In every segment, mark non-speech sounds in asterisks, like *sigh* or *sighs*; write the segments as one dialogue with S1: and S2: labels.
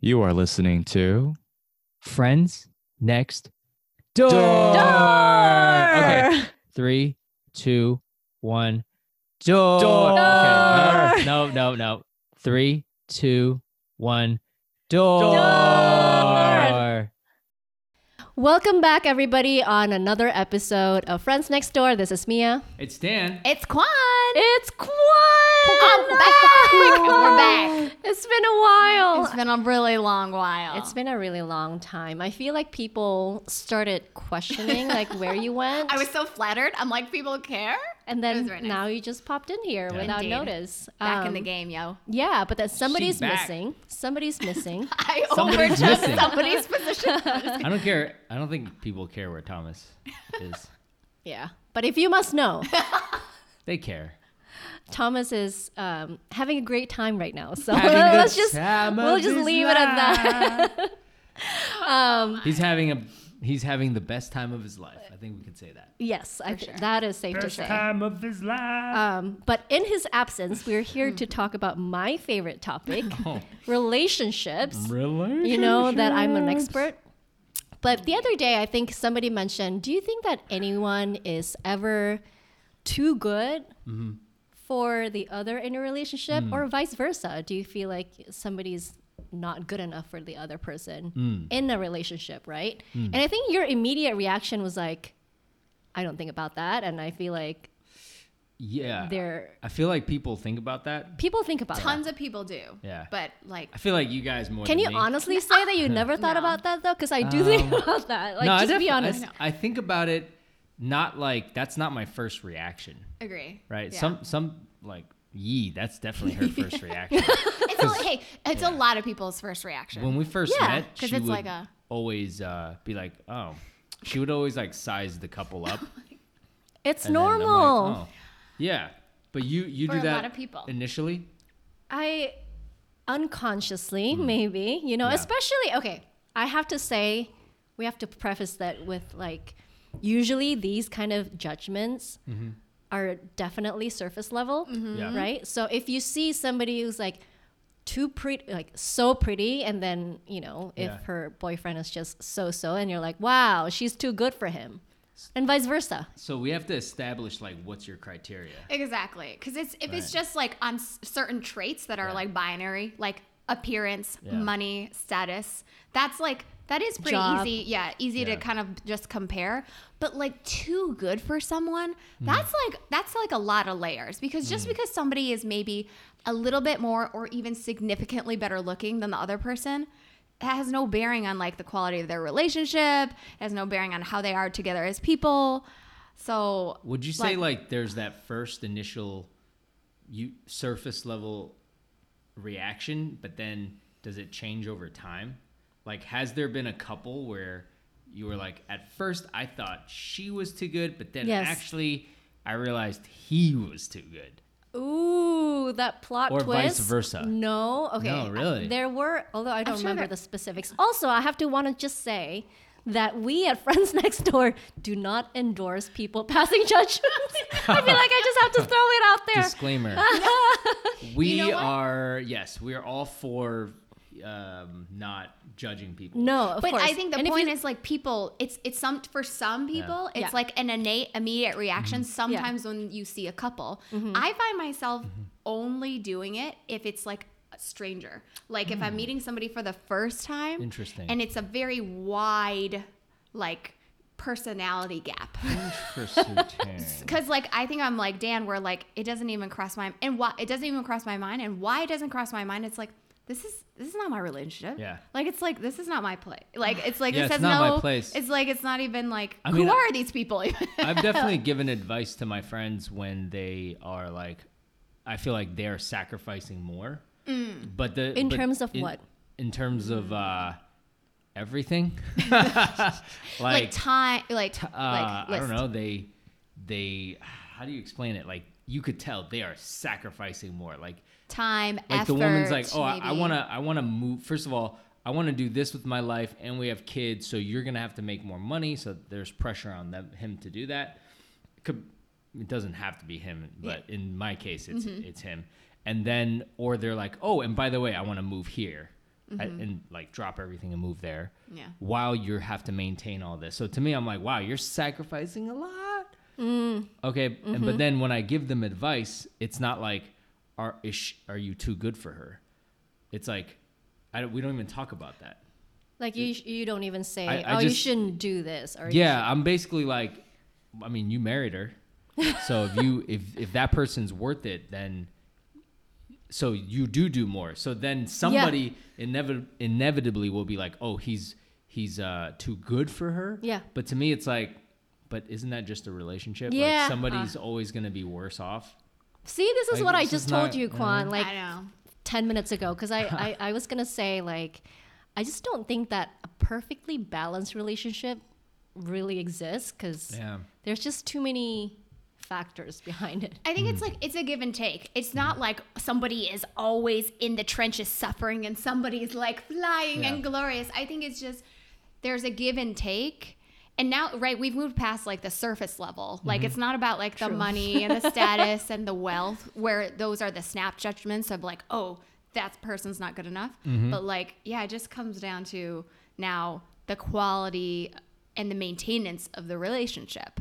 S1: You are listening to
S2: Friends next door. Okay.
S3: Okay.
S2: Three, two, one. Door. Okay. no,
S3: Door.
S2: No, no, no. Three, two, one. Door.
S3: Door.
S4: Welcome back, everybody, on another episode of Friends Next Door. This is Mia.
S2: It's Dan.
S3: It's Quan.
S4: It's Quan.
S3: I'm back. We're back.
S4: It's been a while.
S3: It's been a really long while.
S4: It's been a really long time. I feel like people started questioning like where
S3: *laughs*
S4: you went.
S3: I was so flattered. I'm like, people care.
S4: and
S3: it
S4: then
S3: was very nice.
S4: now you just popped in here without
S3: Indeed.
S4: notice.
S3: Back in the
S4: Um,
S3: game, yo.
S4: Yeah, but that somebody's
S5: back.
S4: missing. Somebody's
S3: *laughs*
S4: missing.
S3: I
S5: somebody's
S3: overtook
S5: missing.
S3: somebody's position.
S5: I don't care. I don't think people care where Thomas is.
S4: yeah. But if you must know,
S5: They
S4: *laughs*
S5: care.
S4: Thomas is um, having a great time right now. So
S5: Having the
S4: *laughs* let's just
S5: time of
S4: we'll just
S5: his
S4: leave it at that. um,
S5: He's having a he's having the best time of his life. I think we can say that.
S4: *laughs* yes, I th-
S3: sure.
S4: that is safe to say.
S5: time of his life.
S4: Um, but in his absence, we're here to talk about my favorite topic,
S5: Oh.
S4: relationships.
S5: Really?
S4: You know that I'm an expert. But the other day, I think somebody mentioned, do you think that anyone is ever too good
S5: Mm-hmm.
S4: for the other in a relationship
S5: Mm.
S4: or vice versa? Do you feel like somebody's not good enough for the other person
S5: Mm.
S4: in a relationship, right? And I think your immediate reaction was like, I don't think about that. And I feel like
S5: Yeah.
S4: they're
S5: I feel like people think about that.
S4: people think about that.
S3: Tons of people do.
S5: Yeah.
S3: But like,
S5: I feel like you guys more.
S4: Can
S5: than
S4: you
S5: me.
S4: honestly say that
S5: *laughs*
S4: you never thought
S3: No.
S4: about that though? Because I do think *laughs* about that. Like,
S5: Um, no, I
S4: just be
S5: defi- I-
S4: honest.
S5: I, think about it. Not like that's not my first reaction,
S3: agree.
S5: right?
S3: Yeah.
S5: Some some like yee. That's definitely her
S3: *laughs*
S5: first reaction.
S3: It's a, hey, it's a lot of people's first reaction.
S5: When we first
S4: Yeah,
S5: met,
S3: 'cause
S5: she
S3: it's
S5: would
S3: like a-
S5: always uh, be like, "Oh," she would always like size the couple
S3: *laughs*
S5: up.
S4: It's
S5: and then I'm like,
S4: normal.
S5: "Oh." Yeah, but you you
S3: For
S5: do
S3: a
S5: that
S3: lot of people.
S5: initially.
S4: I unconsciously, maybe, you know,
S5: Mm-hmm. Yeah.
S4: especially, okay, I have to say, we have to preface that with like, usually these kind of judgments are definitely surface level,
S5: Mm-hmm. Yeah.
S4: right? So if you see somebody who's like, too pretty like so pretty and then you know if
S5: Yeah.
S4: her boyfriend is just so so and you're like wow she's too good for him and vice versa
S5: So we have to establish like what's your criteria.
S3: Exactly, because it's if it's
S5: Right.
S3: just like on s- certain traits that are
S5: Yeah.
S3: like binary, like appearance,
S5: Yeah.
S3: money, status. That's like that is pretty
S4: Job.
S3: easy. Yeah, easy
S5: Yeah.
S3: to kind of just compare. But like too good for someone,
S5: Hmm.
S3: that's like that's like a lot of layers. Because just because somebody is maybe a little bit more or even significantly better looking than the other person. That has no bearing on like the quality of their relationship. It has no bearing on how they are together as people. So
S5: Would you say
S3: Like-
S5: like, there's that first initial, you surface level, reaction, but then does it change over time? Like, has there been a couple where you were like, at first I thought she was too good, but then
S4: Yes.
S5: actually I realized he was too good.
S4: Ooh, that plot
S5: Or
S4: twist.
S5: vice versa.
S4: No, okay. Uh,
S5: No, really?
S4: There were, although I don't
S3: sure
S4: remember
S3: there-
S4: the specifics. Also, I have to want to just say that we at Friends *laughs* Next Door do not endorse people *laughs* passing judgments.
S5: *laughs*
S4: I feel like I just have to throw it out there.
S5: Disclaimer: We
S3: You know what?
S5: are yes, we are all for um, not judging people.
S4: no, of
S3: But
S4: course.
S3: I think the
S4: And if
S3: point
S4: you-
S3: is like people. It's it's some for some people. It's
S4: Yeah.
S3: like an innate immediate reaction. Sometimes when you see a couple,
S4: Mm-hmm.
S3: I find myself only doing it if it's like a stranger. Like if I'm meeting somebody for the first time.
S5: Interesting.
S3: And it's a very wide, like personality gap.
S5: Interesting.
S3: Because like I think I'm like Dan, where like it doesn't even cross my and why it doesn't even cross my mind, and why it doesn't cross my mind, it's like this is this is not my relationship.
S5: Yeah.
S3: Like it's like this is not my place. Like it's
S5: *sighs*
S3: like
S5: Yeah,
S3: this
S5: it's
S3: has
S5: not my
S3: no.
S5: place.
S3: It's like it's not even like
S5: I
S3: who
S5: mean, I-
S3: are these people? *laughs* even?
S5: I've definitely given advice to my friends when they are like, I feel like they are sacrificing more. But the
S4: In
S5: but
S4: terms of
S5: in-
S4: what?
S5: In terms of uh, everything,
S3: like,
S5: *laughs* like,
S3: time, like
S5: t- uh,
S3: like
S5: I
S3: list.
S5: don't know. They they how do you explain it? Like you could tell they are sacrificing more. Like
S3: time,
S5: like
S3: effort.
S5: the woman's like, oh, I, I
S3: maybe.
S5: wanna I wanna move. First of all, I wanna do this with my life, and we have kids, so you're gonna have to make more money. So there's pressure on them him to do that. Could, it doesn't have to be him, but
S3: Mm-hmm.
S5: in my case, it's it's him. And then or they're like, oh, and by the way, I wanna move here. I- and like drop everything and move there
S3: Mm-hmm. Yeah.
S5: while you have to maintain all this. So to me, I'm like, wow, you're sacrificing a lot. Okay, and-
S4: Mm-hmm.
S5: but then when I give them advice, it's not like, are is sh- are you too good for her? It's like, I don't, we don't even talk about that.
S4: Like you, you don't even say,
S5: I- I
S4: "Oh, you
S5: just-
S4: shouldn't do this," or you
S5: Yeah, I'm basically like, I mean, you married her, so if you *laughs* if if that person's worth it, then so you do do more. So then somebody inevi- inevitably will be like, oh, he's he's uh too good for her.
S4: Yeah.
S5: But to me, it's like, but isn't that just a relationship?
S4: Yeah. Ah.
S5: Like somebody's always gonna be worse off.
S4: See, this is
S5: Like,
S4: what I
S5: this
S4: just
S5: is
S4: told
S5: not-
S4: you, Kwan, like
S3: I know.
S4: 10 minutes ago, because I,
S5: *laughs*
S4: I, I was going to say, like, I just don't think that a perfectly balanced relationship really exists because
S5: Yeah.
S4: there's just too many factors behind it.
S3: I think it's
S5: Hmm.
S3: like it's a give and take. It's not like somebody is always in the trenches suffering and somebody's like flying
S5: Yeah.
S3: and glorious. I think it's just there's a give and take. And now, right, we've moved past like the surface level. Like
S5: Mm-hmm.
S3: it's not about like the money and the status and the wealth, where those are the snap judgments of like, oh, that person's not good enough.
S5: Mm-hmm.
S3: But like, yeah, it just comes down to now the quality and the maintenance of the relationship.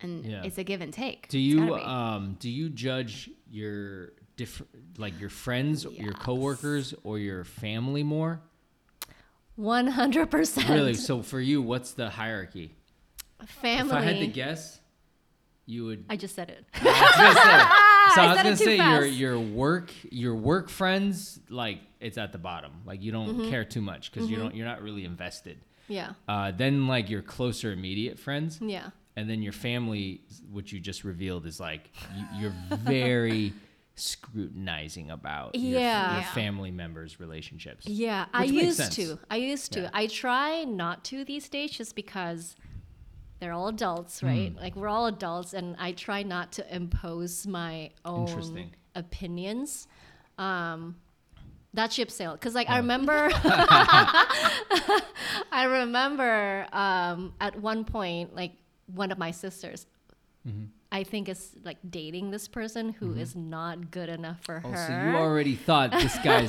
S3: And
S5: Yeah.
S3: it's a give and take.
S5: Do
S3: It's
S5: you
S3: gotta be.
S5: um do you judge your different like your friends, your coworkers, or your family more?
S4: 100%.
S5: Really? So for you, what's the hierarchy?
S4: Family.
S5: If I had to guess, you would.
S4: I just
S5: *laughs*
S4: said it.
S5: so I,
S4: Ah, said
S5: was
S4: it
S5: gonna
S4: too
S5: say your
S4: fast.
S5: your work your work friends like it's at the bottom. Like you don't
S4: Mm-hmm.
S5: care too much because you don't you're not really invested.
S4: yeah.
S5: Uh, then like your closer immediate friends,
S4: Yeah.
S5: and then your family, which you just revealed, is like you, you're
S4: *laughs*
S5: very scrutinizing about your-
S4: Yeah.
S5: your
S3: Yeah.
S5: family members' relationships.
S4: Yeah, I
S5: Which makes
S4: used
S5: sense.
S4: to. I used to.
S5: Yeah.
S4: I try not to these days just because they're all
S5: Hmm.
S4: adults, right? Like we're all adults and I try not to impose my own
S5: Interesting.
S4: opinions. Um that ship sailed because like I remember
S5: *laughs*
S4: *laughs* I remember um at one point like one of my sisters
S5: Mm-hmm.
S4: I think is like dating this person who is not good enough for
S5: Oh,
S4: her
S5: so you already thought this
S4: *laughs*
S5: guy's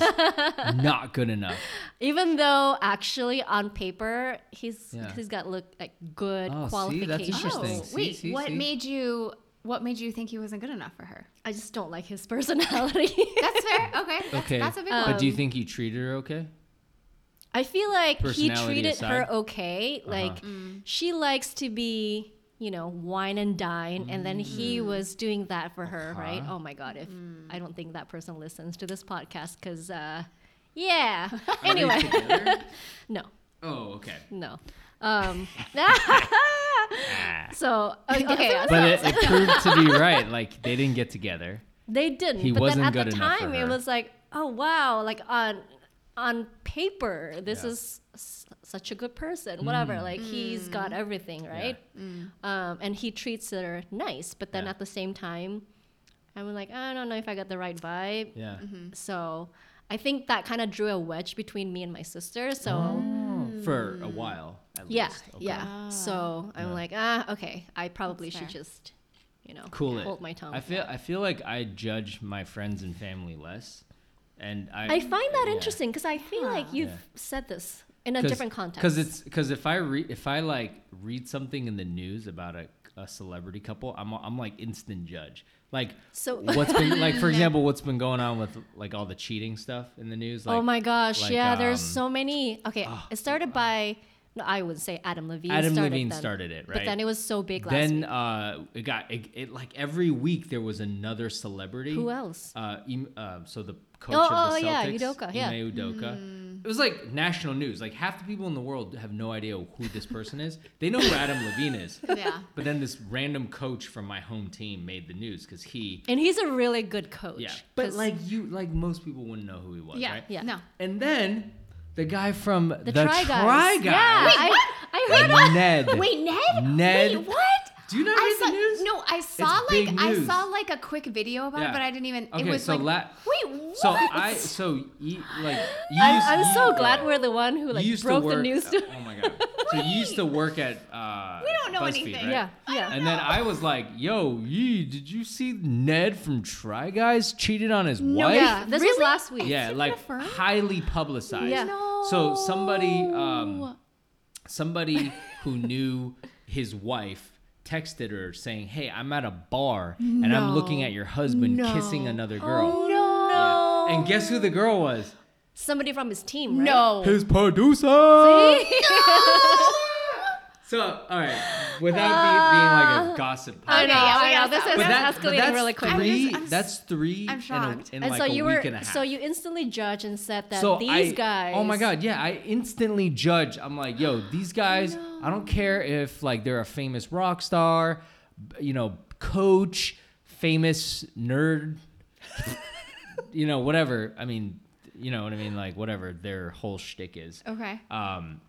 S5: not good enough.
S4: even though actually on paper he's
S5: Yeah.
S4: he's got look like good
S5: Oh, see? That's
S4: qualifications. Oh.
S5: interesting. See,
S3: Oh, wait,
S5: see,
S3: what
S5: see?
S3: made you what made you think he wasn't good enough for her?
S4: I just don't like his *laughs* personality.
S3: That's
S5: *laughs*
S3: fair. Okay. That's,
S5: Okay,
S3: That's a
S4: Oh.
S3: big
S5: but
S3: one.
S5: do you think he treated her okay?
S4: I feel like he
S5: Personality
S4: treated
S5: aside? Uh-huh.
S4: her okay. Like she likes to be, you know, wine and dine, and then he was doing that for her, right?
S5: Mm. Uh-huh.
S4: Oh my god! If I don't think that person listens to this podcast, because uh, yeah. anyway, *laughs* no,
S5: oh, okay.
S4: no. Um, *laughs*
S5: Ah.
S4: so okay, okay,
S5: But it, it proved to be
S4: *laughs*
S5: right. Like they didn't get together.
S4: They didn't.
S5: He
S4: but
S5: wasn't
S4: then at
S5: good
S4: the
S5: enough for
S4: time, it
S5: her.
S4: was like, oh wow, like on on paper, this
S5: Yeah.
S4: is s- such a good person. Whatever,
S5: Mm.
S4: like he's
S3: Mm.
S4: got everything right, um, and he treats her nice. But then
S5: Yeah.
S4: at the same time, I'm like, I don't know if I got the right vibe.
S5: Yeah.
S3: Mm.
S4: So I think that kind of drew a wedge between me and my sister. So.
S3: Oh.
S5: For a while, at
S4: Mm-hmm. Yeah,
S5: least. Oh, Okay.
S4: yeah. So I'm like, ah, okay. I probably
S3: Ah. That's
S4: should
S3: fair.
S4: just, you know,
S5: Cool it.
S4: hold my tongue.
S5: I feel I feel like I judge my friends and family less, and I
S4: I find that
S5: yeah.
S4: interesting because I feel like you've
S5: Yeah.
S4: said this in a different context.
S5: Because it's because if I read if I like read something in the news about a, a celebrity couple, I'm I'm like instant judge. Like
S4: So-
S5: what's been like for example what's been going on with like all the cheating stuff in the news? Like,
S4: *laughs* oh my gosh,
S5: like,
S4: yeah. there's
S5: um, ah,
S4: so many. Okay, it started by no, I would say Adam Levine.
S5: Adam
S4: started
S5: Levine
S4: them,
S5: started it,
S4: But
S5: right?
S4: then it was so big last
S5: then
S4: week.
S5: uh, it got it, it like every week there was another celebrity.
S4: Who else?
S5: Uh, em- uh, so the coach
S4: Oh,
S5: of the
S4: oh,
S5: Celtics,
S4: yeah, Udoka, yeah.
S5: Ime Udoka. It was like national news. Like half the people in the world have no idea who this person is. They know who Adam Levine is.
S3: yeah.
S5: But then this random coach from my home team made the news because he,
S4: And he's a really good coach.
S5: yeah. But
S4: 'cause-
S5: like you, like most people wouldn't know who he was,
S3: Yeah.
S5: right?
S4: Yeah.
S3: No.
S5: And then the guy from the,
S4: Try Guys.
S5: Try
S4: Yeah,
S5: Guys,
S4: I, I heard
S5: Ned.
S3: Wait, Ned?
S5: Ned.
S3: Wait, what?
S5: Do you not
S3: I
S5: read
S3: saw
S5: the news?
S3: No, I saw
S5: big
S3: like I
S5: news.
S3: saw like a quick video about it,
S5: Yeah.
S3: but I didn't even
S5: Okay,
S3: it was
S5: so
S3: like
S5: la-
S3: Wait, what?
S5: So I, so you, like, you
S4: I'm,
S5: used-
S4: I'm
S5: you-
S4: so
S5: yeah.
S4: glad we're the one who
S5: You
S4: like
S5: used to
S4: broke the
S5: work-
S4: news.
S5: Oh my god. So you used to work at uh,
S3: We don't know
S5: BuzzFeed,
S3: anything.
S5: right?
S4: *laughs* Yeah, yeah.
S5: And then I was like, "Yo, ye, did you see Ned from Try Guys cheated on his wife?"
S4: Yeah, this was
S3: Really?
S4: last week.
S5: yeah,
S3: Isn't it
S5: like
S3: affirmed?
S5: highly publicized.
S4: Yeah.
S5: So somebody, um,
S3: No.
S5: somebody who knew his wife texted her saying, "Hey, I'm at a bar and I'm looking
S3: No.
S5: at your husband
S3: No.
S5: kissing another girl."
S3: no.
S5: And guess who the girl was?
S4: Somebody from his team, right?
S3: No.
S5: His producer. So, all right, without be- being like a gossip.
S4: Uh, I
S3: Okay,
S4: know,
S3: yeah, we
S4: I know.
S3: gotta
S4: This
S3: stop.
S4: is
S3: But
S5: that-
S4: escalating really quick.
S3: I'm
S5: Three,
S3: just- I'm s-
S5: that's 3
S3: I'm shocked.
S5: in, a, in
S4: and
S5: like
S4: so
S5: a
S4: you
S5: week
S4: were,
S5: and a half.
S4: so you instantly judge and said that
S5: So I-
S4: these guys.
S5: Oh my god, yeah, I instantly judge. I'm like,
S4: *gasps*
S5: yo, these guys. I don't care if like they're a famous rock star, b- you know, coach, famous nerd, *laughs* you know, whatever. I mean, you know what I mean, like whatever their whole shtick is.
S3: Okay.
S5: Um,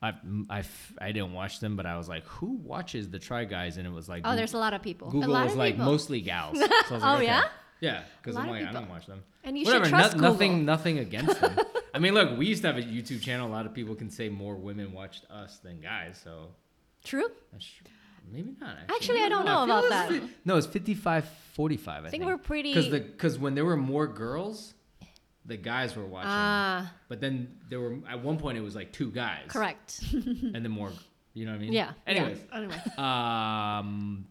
S5: I, I, f- I didn't watch them, but I was like, who watches the Try Guys? And it was like,
S4: Oh, there's a lot of people.
S5: Google
S3: lot
S5: was
S3: of
S5: like
S3: people.
S5: mostly
S4: *laughs*
S5: gals. So I was like,
S4: Oh,
S5: okay.
S4: yeah?
S5: Yeah, because
S3: lot
S5: I'm
S3: of
S5: like, I
S3: people.
S5: don't watch them.
S4: And you should
S5: Whatever,
S4: trust Google.
S5: nothing, nothing against
S4: *laughs*
S5: them. I mean, look, we used to have a YouTube channel. A lot of people can say more women watched us than guys, so
S4: True.
S5: that's tr- maybe not.
S4: Actually, I don't
S5: feel
S4: know about
S5: it's
S4: that.
S5: fi- No, it's 55 45. I,
S4: think we're pretty-
S5: Because because when there were more girls, the guys were watching.
S4: Ah.
S5: but then there were, at one point, it was like two guys. *laughs*
S4: Correct. *laughs*
S5: And then more, you know what I mean?
S4: Yeah, yeah.
S5: Anyways.
S3: Anyway.
S5: Um,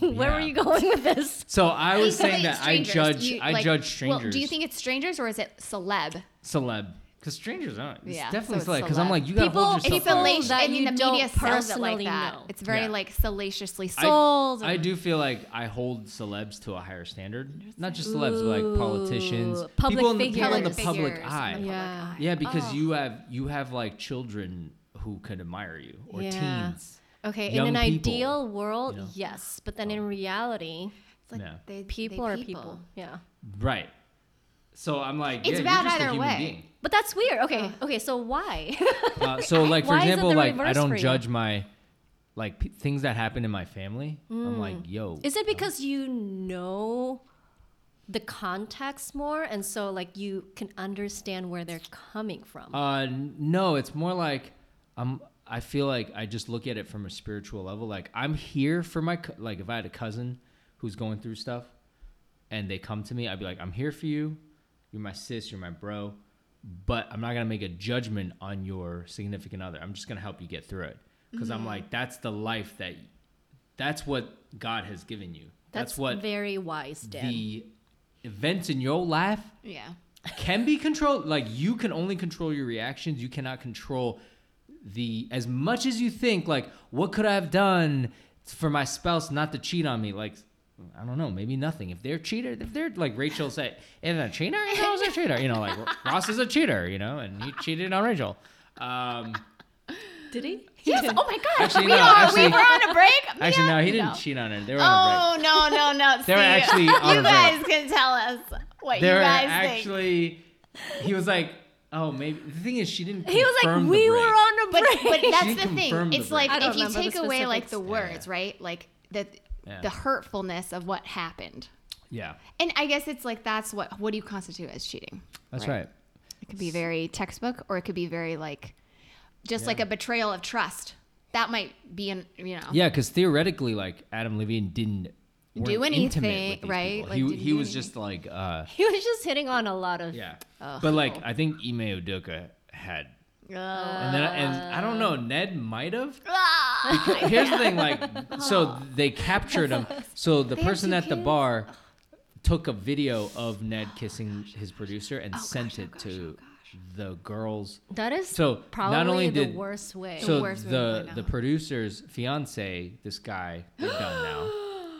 S4: Where were
S5: Yeah.
S4: you going with this?
S5: So I was
S3: Wait,
S5: saying
S3: wait,
S5: that I
S3: strangers.
S5: judge
S3: You,
S5: I
S3: like-
S5: judge strangers.
S3: Well, do you think it's strangers or is it celeb?
S5: celeb? Because strangers aren't. It's
S3: Yeah,
S5: definitely
S3: so it's
S5: celeb. Because I'm
S3: celeb.
S5: like you gotta hold
S4: People-
S5: yourself.
S3: It's
S4: people
S5: up.
S4: like
S3: salacious.
S4: that
S3: I mean,
S4: you
S3: the media
S4: don't
S3: sells it like
S4: personally
S3: that.
S4: know.
S3: It's very
S5: Yeah.
S3: like salaciously
S5: I-
S3: sold.
S5: I, do feel like I hold celebs to a higher standard. Not just celebs, but like politicians,
S4: Ooh, public
S5: people in the, people in the
S4: figures.
S5: public
S3: Figures, Oh.
S5: eye.
S3: in the public
S4: Yeah.
S3: eye.
S5: Yeah, because you have you have like children who could admire you or
S4: Yeah.
S5: teens.
S4: Okay,
S5: Young
S4: in an
S5: people,
S4: ideal world,
S5: you know?
S4: yes, but then in reality,
S3: It's like
S5: Yeah.
S3: they- they
S4: people are people. Yeah.
S5: Right. So I'm like,
S3: It's
S5: yeah, you're
S3: bad
S5: just a
S3: either
S5: human
S3: way.
S5: being.
S4: But that's weird. Okay,
S3: Oh.
S4: okay, so why? *laughs*
S5: Uh, so like for
S4: Why is it
S5: example,
S4: the
S5: like I
S4: reverse for
S5: don't
S4: you?
S5: judge my like p- things that happen in my family. I'm like, yo,
S4: Mm. Is it because you know the context more and so like you can understand where they're coming from?
S5: Uh, n- no, it's more like I'm. I feel like I just look at it from a spiritual level. Like I'm here for my co- like if I had a cousin who's going through stuff, and they come to me, I'd be like, I'm here for you. You're my sis. You're my bro. But I'm not gonna make a judgment on your significant other. I'm just gonna help you get through it because
S4: Mm-hmm.
S5: I'm like that's the life that, that's what God has given you. That's, what
S4: very wise, Dan.
S5: the events in your life
S3: Yeah.
S5: can be controlled. Like you can only control your reactions. You cannot control the as much as you think. Like what could I have done for my spouse not to cheat on me? Like I don't know. Maybe nothing. If they're cheater, if they're like Rachel said, if a cheater, you know, is a cheater. You know, like *laughs* Ross is a cheater. You know, and he cheated on Rachel. Um,
S4: Did he?
S3: Yes. Oh my God.
S5: Actually, *laughs*
S3: we
S5: no,
S3: are. we
S5: actually-
S3: were on a break.
S5: *laughs* actually,
S3: Yeah.
S5: no, he didn't
S3: No.
S5: cheat on her. They were on a break.
S3: Oh no no no!
S5: *laughs* They were
S3: See,
S5: actually on
S3: you
S5: a break.
S3: guys can tell us what
S5: They
S3: you
S5: were
S3: guys think.
S5: actually. He was like, oh, maybe the thing is she didn't.
S4: He was like,
S5: confirm the
S4: we were
S5: break."
S4: on a
S3: But
S4: break.
S3: but
S5: She
S3: that's the thing.
S5: confirmed the
S3: It's like
S4: break. I don't
S3: if you
S4: remember the
S3: take away like the
S4: specifics.
S3: words, right? Like the
S5: Yeah.
S3: the hurtfulness of what happened.
S5: Yeah,
S3: And I guess it's like that's what what do you constitute as cheating?
S5: that's
S3: Right.
S5: right.
S3: It could be very textbook, or it could be very like just like a betrayal of trust. That might be an you know.
S5: Yeah, because theoretically, like Adam Levine didn't weren't
S3: Do
S5: intimate with
S3: anything,
S5: these
S3: right?
S5: people.
S3: Like,
S5: he
S3: didn't
S5: he
S3: do
S5: was
S3: anything.
S5: just like, uh,
S4: he was just hitting on a lot of.
S5: yeah. but like, I think Ime Udoka had,
S4: Oh.
S3: Uh,
S5: and then and I don't know, Ned might
S3: *laughs*
S5: have.
S3: ah!
S5: *laughs* Here's the thing, like,
S3: *laughs*
S5: so they captured him. So the
S3: have
S5: person
S3: two
S5: at the
S3: kids?
S5: bar took a video of Ned kissing his producer and sent
S3: gosh, oh
S5: it
S3: gosh,
S5: to the girls.
S4: That is
S5: So, not
S4: probably
S5: only
S4: the
S5: did-
S4: worst way.
S5: so
S3: worst way to
S5: the
S3: find
S5: the
S3: out.
S5: producer's fiance, this guy, they're done
S3: *gasps*
S5: now.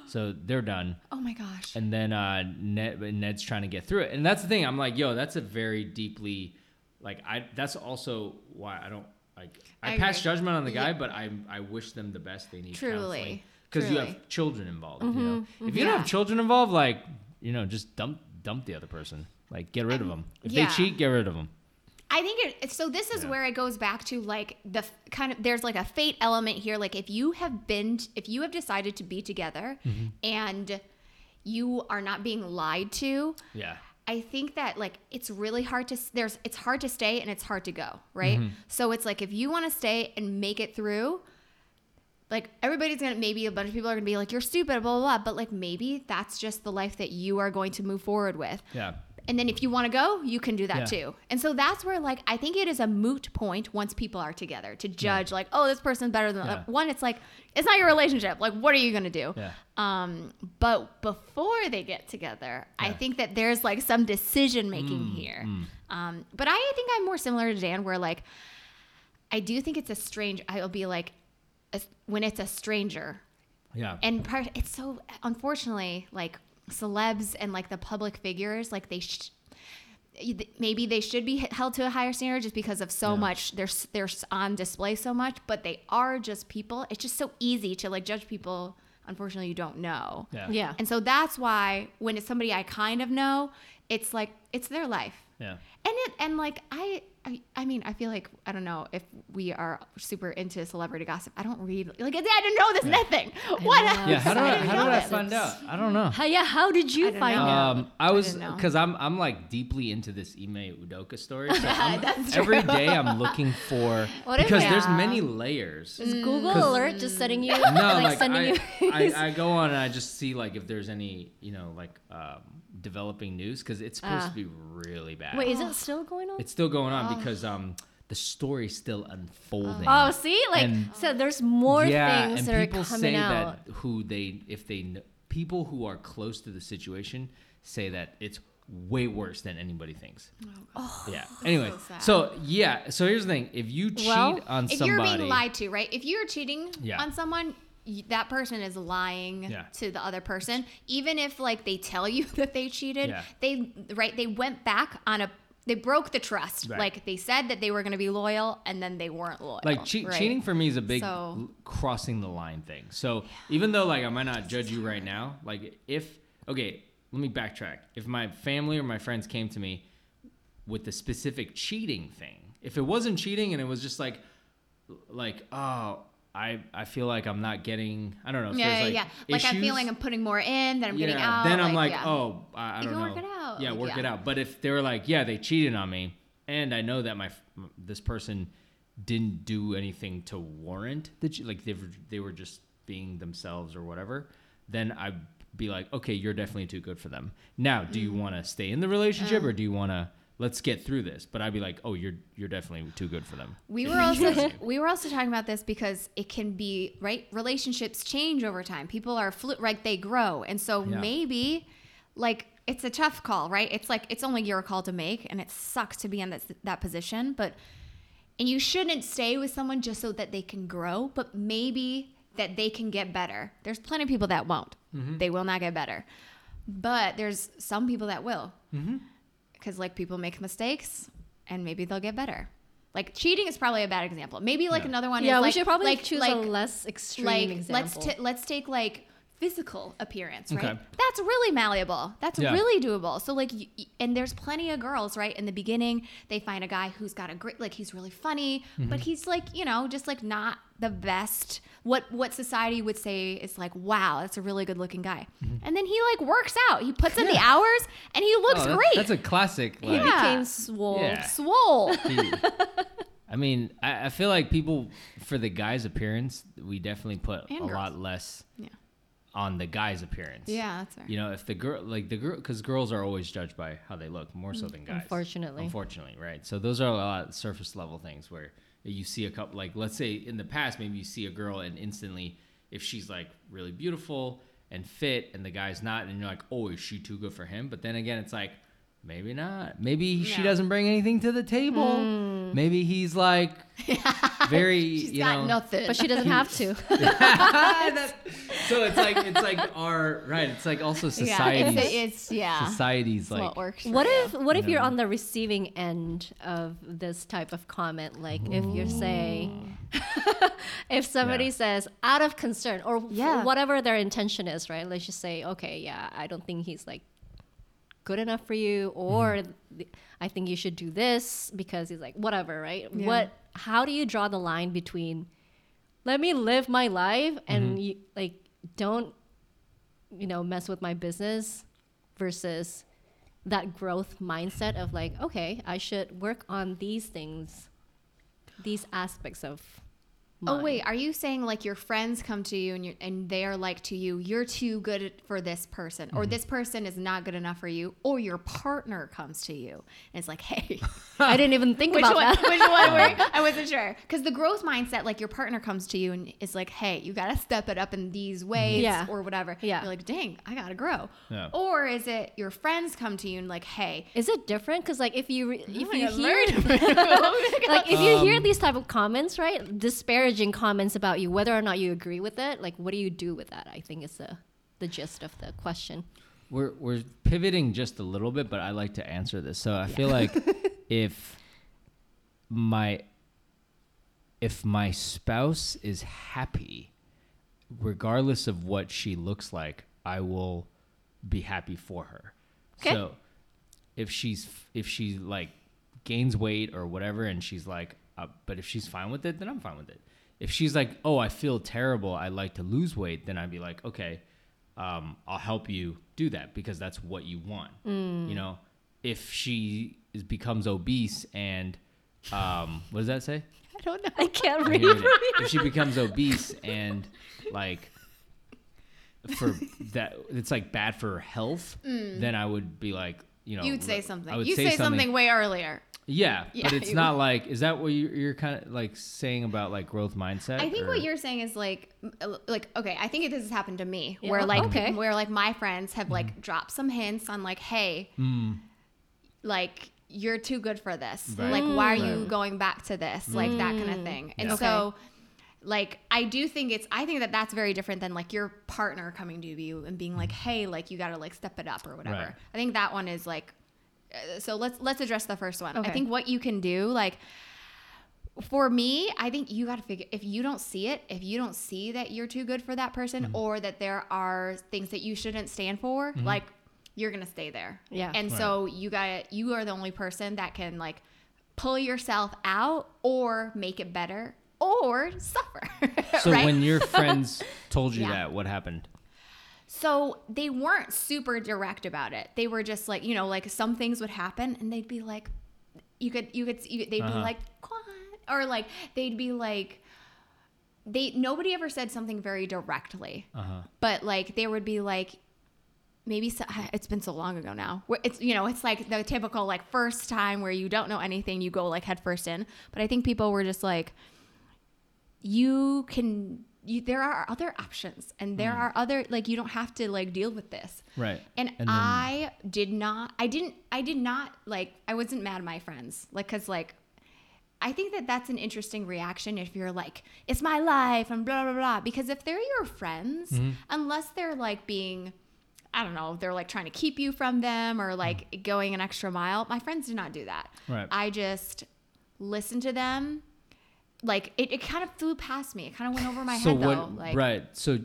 S5: So they're done.
S3: oh my gosh.
S5: and then uh, Ned, Ned's trying to get through it, and that's the thing. I'm like, yo, that's a very deeply, like, I. That's also why I don't like. I,
S3: I
S5: pass
S3: agree.
S5: judgment on the guy, but I I wish them the best. They need
S3: Truly.
S5: because you
S3: Truly. Mm-hmm.
S5: have children involved. You know, if you
S3: Yeah.
S5: don't have children involved, like, you know, just dump dump the other person. Like, get rid of them. If
S3: Um, yeah.
S5: they cheat, get rid of them.
S3: I think it, so. This is where it goes back to like the f- kind of there's like a fate element here. Like if you have been, if you have decided to be together, and you are not being lied to,
S5: Yeah.
S3: I think that like it's really hard to s- there's it's hard to stay and it's hard to go, right? So it's like if you want to stay and make it through, like everybody's gonna maybe a bunch of people are gonna be like you're stupid, blah blah blah, but like maybe that's just the life that you are going to move forward with.
S5: Yeah.
S3: And then if you want to go, you can do that
S5: Yeah.
S3: too. And so that's where like I think it is a moot point once people are together to judge like, oh, this person's better than the
S5: Yeah.
S3: one. It's like it's not your relationship. Like, what are you gonna do?
S5: Yeah.
S3: Um, but before they get together, I think that there's like some decision making
S5: Mm,
S3: here. Um, but I think I'm more similar to Dan, where like I do think it's a strange. I'll be like, a- when it's a stranger,
S5: Yeah.
S3: and part, it's so unfortunately like celebs and like the public figures like they sh- maybe they should be h- held to a higher standard just because of so much they're s- they're s- on display so much but they are just people it's just so easy to like judge people unfortunately you don't know
S5: yeah.
S4: Yeah.
S3: and so that's why when it's somebody i kind of know it's like it's their life
S5: Yeah.
S3: and it and like I, I I mean I feel like I don't know if we are super into celebrity gossip. I don't read like I didn't know this nothing. What?
S4: love
S5: Yeah. How did I,
S4: Sorry,
S5: how
S4: no,
S5: did I
S4: it's-
S5: find out? I don't know.
S4: How, yeah, how did you
S3: I don't
S4: find
S3: know.
S4: out?
S5: Um, I was
S3: didn't know.
S5: because I'm I'm like deeply into this Ime Udoka story.
S4: *laughs*
S5: So I'm- every day I'm looking for
S4: What if
S5: because
S4: we-
S5: there's
S3: Yeah.
S5: many layers.
S4: Is Google
S5: 'Cause-
S4: alert just setting
S5: *laughs*
S4: you
S5: No,
S4: *laughs* like,
S5: like,
S4: sending
S5: I,
S4: you
S5: I, I go on and I just see like if there's any you know like um, developing news because it's supposed to be really bad.
S4: Uh. Wait, *gasps* is it still going on?
S5: it's still going on because um the story's still unfolding.
S4: Oh, see, like
S5: And-
S4: so, there's more
S5: yeah,
S4: things
S5: and
S4: that are
S5: people
S4: coming
S5: say
S4: out.
S5: that who they if they kn- people who are close to the situation say that it's way worse than anybody thinks.
S4: Oh,
S5: yeah. Anyway,
S3: so sad.
S5: so, yeah, so here's the thing: if you cheat
S4: Well,
S5: on
S3: If
S5: somebody,
S3: you're being lied to, right? If you're cheating
S5: Yeah.
S3: on someone, y- that person is lying
S5: Yeah.
S3: to the other person. Even if like they tell you *laughs* that they cheated,
S5: Yeah.
S3: they right they went back on a they broke the trust.
S5: Right.
S3: Like they said that they were going to be loyal and then they weren't loyal.
S5: like che-
S3: right?
S5: cheating for me is a big
S3: So-
S5: l- crossing the line thing. So even though like I might not judge you right now, like if okay, let me backtrack. If my family or my friends came to me with the specific cheating thing, if it wasn't cheating and it was just like like oh I I feel like I'm not getting I don't know if
S3: Yeah, yeah,
S5: there's
S3: yeah.
S5: like
S3: Like I'm
S5: issues,
S3: feeling I'm putting more in, then I'm getting out.
S5: Then I'm like,
S3: yeah.
S5: oh, I, I
S3: You
S5: don't
S3: can
S5: know.
S3: work it out,
S5: Yeah,
S3: like,
S5: work it
S3: yeah.
S5: out. But if they were like, yeah, they cheated on me, and I know that my f- this person didn't do anything to warrant the che- like they were, they were just being themselves or whatever, then I'd be like, okay, you're definitely too good for them. Now, do
S3: Mm.
S5: you want to stay in the
S3: Uh.
S5: relationship or do you want to? Let's get through this. But I'd be like, oh, you're you're definitely too good for them.
S3: We were also we were also talking about this because it can be right. Relationships change over time. People are flu- like they grow, and so
S5: Yeah.
S3: maybe like it's a tough call, right? It's like it's only your call to make, and it sucks to be in that that position, but and you shouldn't stay with someone just so that they can grow, but maybe that they can get better. There's plenty of people that won't. They will not get better, but there's some people that will because like people make mistakes and maybe they'll get better. Like cheating is probably a bad example. Maybe like
S5: Yeah.
S3: another one.
S4: yeah,
S3: is
S4: we
S3: like,
S4: should probably
S3: like,
S4: choose
S3: like,
S4: a less extreme
S3: like let's
S4: example.
S3: t- let's take like physical appearance, right?
S5: Okay.
S3: That's really malleable. That's
S5: Yeah.
S3: really doable. So like, y- y- and there's plenty of girls, right? In the beginning, they find a guy who's got a great, like he's really funny,
S5: Mm-hmm.
S3: but he's like you know just like not the best. What what society would say is like, wow, that's a really good looking guy.
S5: Mm-hmm.
S3: And then he like works out. He puts in the hours, and he looks
S5: Oh, that-
S3: great.
S5: That's a classic. Like,
S3: Yeah.
S4: became swole.
S5: Yeah.
S3: swole.
S5: I mean, I, I feel like people for the guy's appearance, we definitely put
S3: And
S5: a
S3: girls.
S5: lot less
S3: Yeah.
S5: on the guy's appearance.
S3: *laughs* Yeah, that's right.
S5: You know, if the girl, like the girl, because girls are always judged by how they look more so
S3: Mm,
S5: than guys.
S4: Unfortunately.
S5: Unfortunately, right? So those are a lot of surface level things where you see a couple, like let's say in the past, maybe you see a girl and instantly, if she's like really beautiful and fit and the guy's not, and you're like, oh, is she too good for him? But then again, it's like, maybe not. Maybe she
S3: No. Hmm.
S5: doesn't bring anything to the table. Maybe he's
S3: *laughs*
S5: like very,
S3: She's
S5: you
S3: got
S5: *laughs* know,
S3: nothing. *laughs*
S4: But she doesn't have
S5: *laughs*
S4: to.
S5: That- so it's like it's like our right. It's like also society's
S3: Yeah, it's, it's yeah.
S5: society's
S3: That's
S5: like
S3: what works. for
S4: What
S3: you.
S4: if what if you're on the receiving end of this type of comment? Like if you're saying *laughs* if somebody
S5: Yeah.
S4: says out of concern or f-
S3: Yeah.
S4: whatever their intention is, right? Let's just say, okay, yeah, I don't think he's like good enough for you or th- I think you should do this because he's like whatever, right?
S3: Yeah.
S4: What how do you draw the line between let me live my life and you, like don't you know mess with my business versus that growth mindset of like, okay, I should work on these things, these aspects of.
S3: Oh
S4: mine.
S3: wait, are you saying like your friends come to you and you and they are like to you, you're too good for this person, or this person is not good enough for you, or your partner comes to you and it's like, *laughs* hey,
S4: I didn't even think
S3: *laughs* which
S4: about
S3: one?
S4: that.
S3: Which one? Were, *laughs* I wasn't sure because the growth mindset, like your partner comes to you and is like, hey, you gotta step it up in these ways
S4: Yeah.
S3: or whatever.
S4: Yeah.
S3: you're like, dang, I gotta grow.
S5: Yeah.
S3: Or is it your friends come to you and like, hey,
S4: Is it different? Because like if you re- if
S3: my
S4: you
S3: God,
S4: hear
S3: *laughs* learn
S4: *laughs* like if you hear these type of comments, right, disparaging comments about you, whether or not you agree with it, like what do you do with that? I think is the the gist of the question.
S5: We're we're pivoting just a little bit, but I like to answer this. So I feel like if my if my spouse is happy, regardless of what she looks like, I will be happy for her.
S4: Okay.
S5: So if she's if she like gains weight or whatever, and she's like, uh, but if she's fine with it, then I'm fine with it. If she's like, oh, I feel terrible, I'd like to lose weight, then I'd be like, okay, um, I'll help you do that because that's what you want.
S3: Mm.
S5: You know, if she is, becomes obese and um, what does that say?
S3: *laughs* I don't know.
S4: I can't
S5: I
S4: read.
S3: *laughs*
S5: hear it. if she becomes obese and like for that it's like bad for her health then i would be like you know
S3: Mm. You'd say
S5: like-
S3: something.
S5: I would
S3: You say, something. way earlier.
S5: yeah,
S3: Yeah,
S5: but it's
S3: you
S5: not like is that what you- you're kind of like saying about like growth mindset
S3: I think what
S5: or-
S3: you're saying is like, m- uh, like okay, I think this has happened to me,
S4: Yeah.
S3: where like,
S4: Okay.
S3: where like my friends have
S5: Mm-hmm.
S3: like dropped some hints on like, hey, like you're too good for this.
S5: Mm. Right.
S3: Like, why are you
S5: Right. Mm.
S3: going back to this? Like that kind of thing. And
S5: Yeah.
S3: so, like, I do think it's, I think that that's very different than like your partner coming to you and being like, hey, like you got to like step it up or whatever.
S5: Right.
S3: I think that one is like, uh, so let's let's address the first one. I
S4: Okay.
S3: think what you can do, like for me, I think you got to figure if you don't see it, if you don't see that you're too good for that person
S5: Mm-hmm.
S3: or that there are things that you shouldn't stand for, like you're going to stay there.
S4: Yeah.
S3: And so you got you are the only person that can like pull yourself out or make it better or suffer. *laughs*
S5: so
S3: right?
S5: when *laughs* your
S3: *laughs*
S5: friends told you
S3: Yeah.
S5: that what happened
S3: So they weren't super direct about it. They were just like, you know, like some things would happen and they'd be like, you could, you could, you, they'd
S5: Uh-huh.
S3: be like, "Quan," or like, they'd be like, they, nobody ever said something very directly,
S5: uh-huh
S3: but like they would be like, maybe so, *sighs* it's been so long ago now. Where It's, you know, it's like the typical like first time where you don't know anything, you go like head first in. But I think people were just like, you can you, there are other options and there are other like you don't have to like deal with this
S5: right
S3: and,
S5: then-
S3: i did not i didn't i did not like i wasn't mad at my friends like because like i think that that's an interesting reaction if you're like it's my life and blah blah blah because if they're your friends
S5: Mm-hmm.
S3: unless they're like being i don't know they're like trying to keep you from them or like going an extra mile my friends did not do that
S5: Mm. Right.
S3: i just listened to them like it, it kind of flew past me it kind of went over my
S5: so
S3: head
S5: what
S3: though like
S5: right so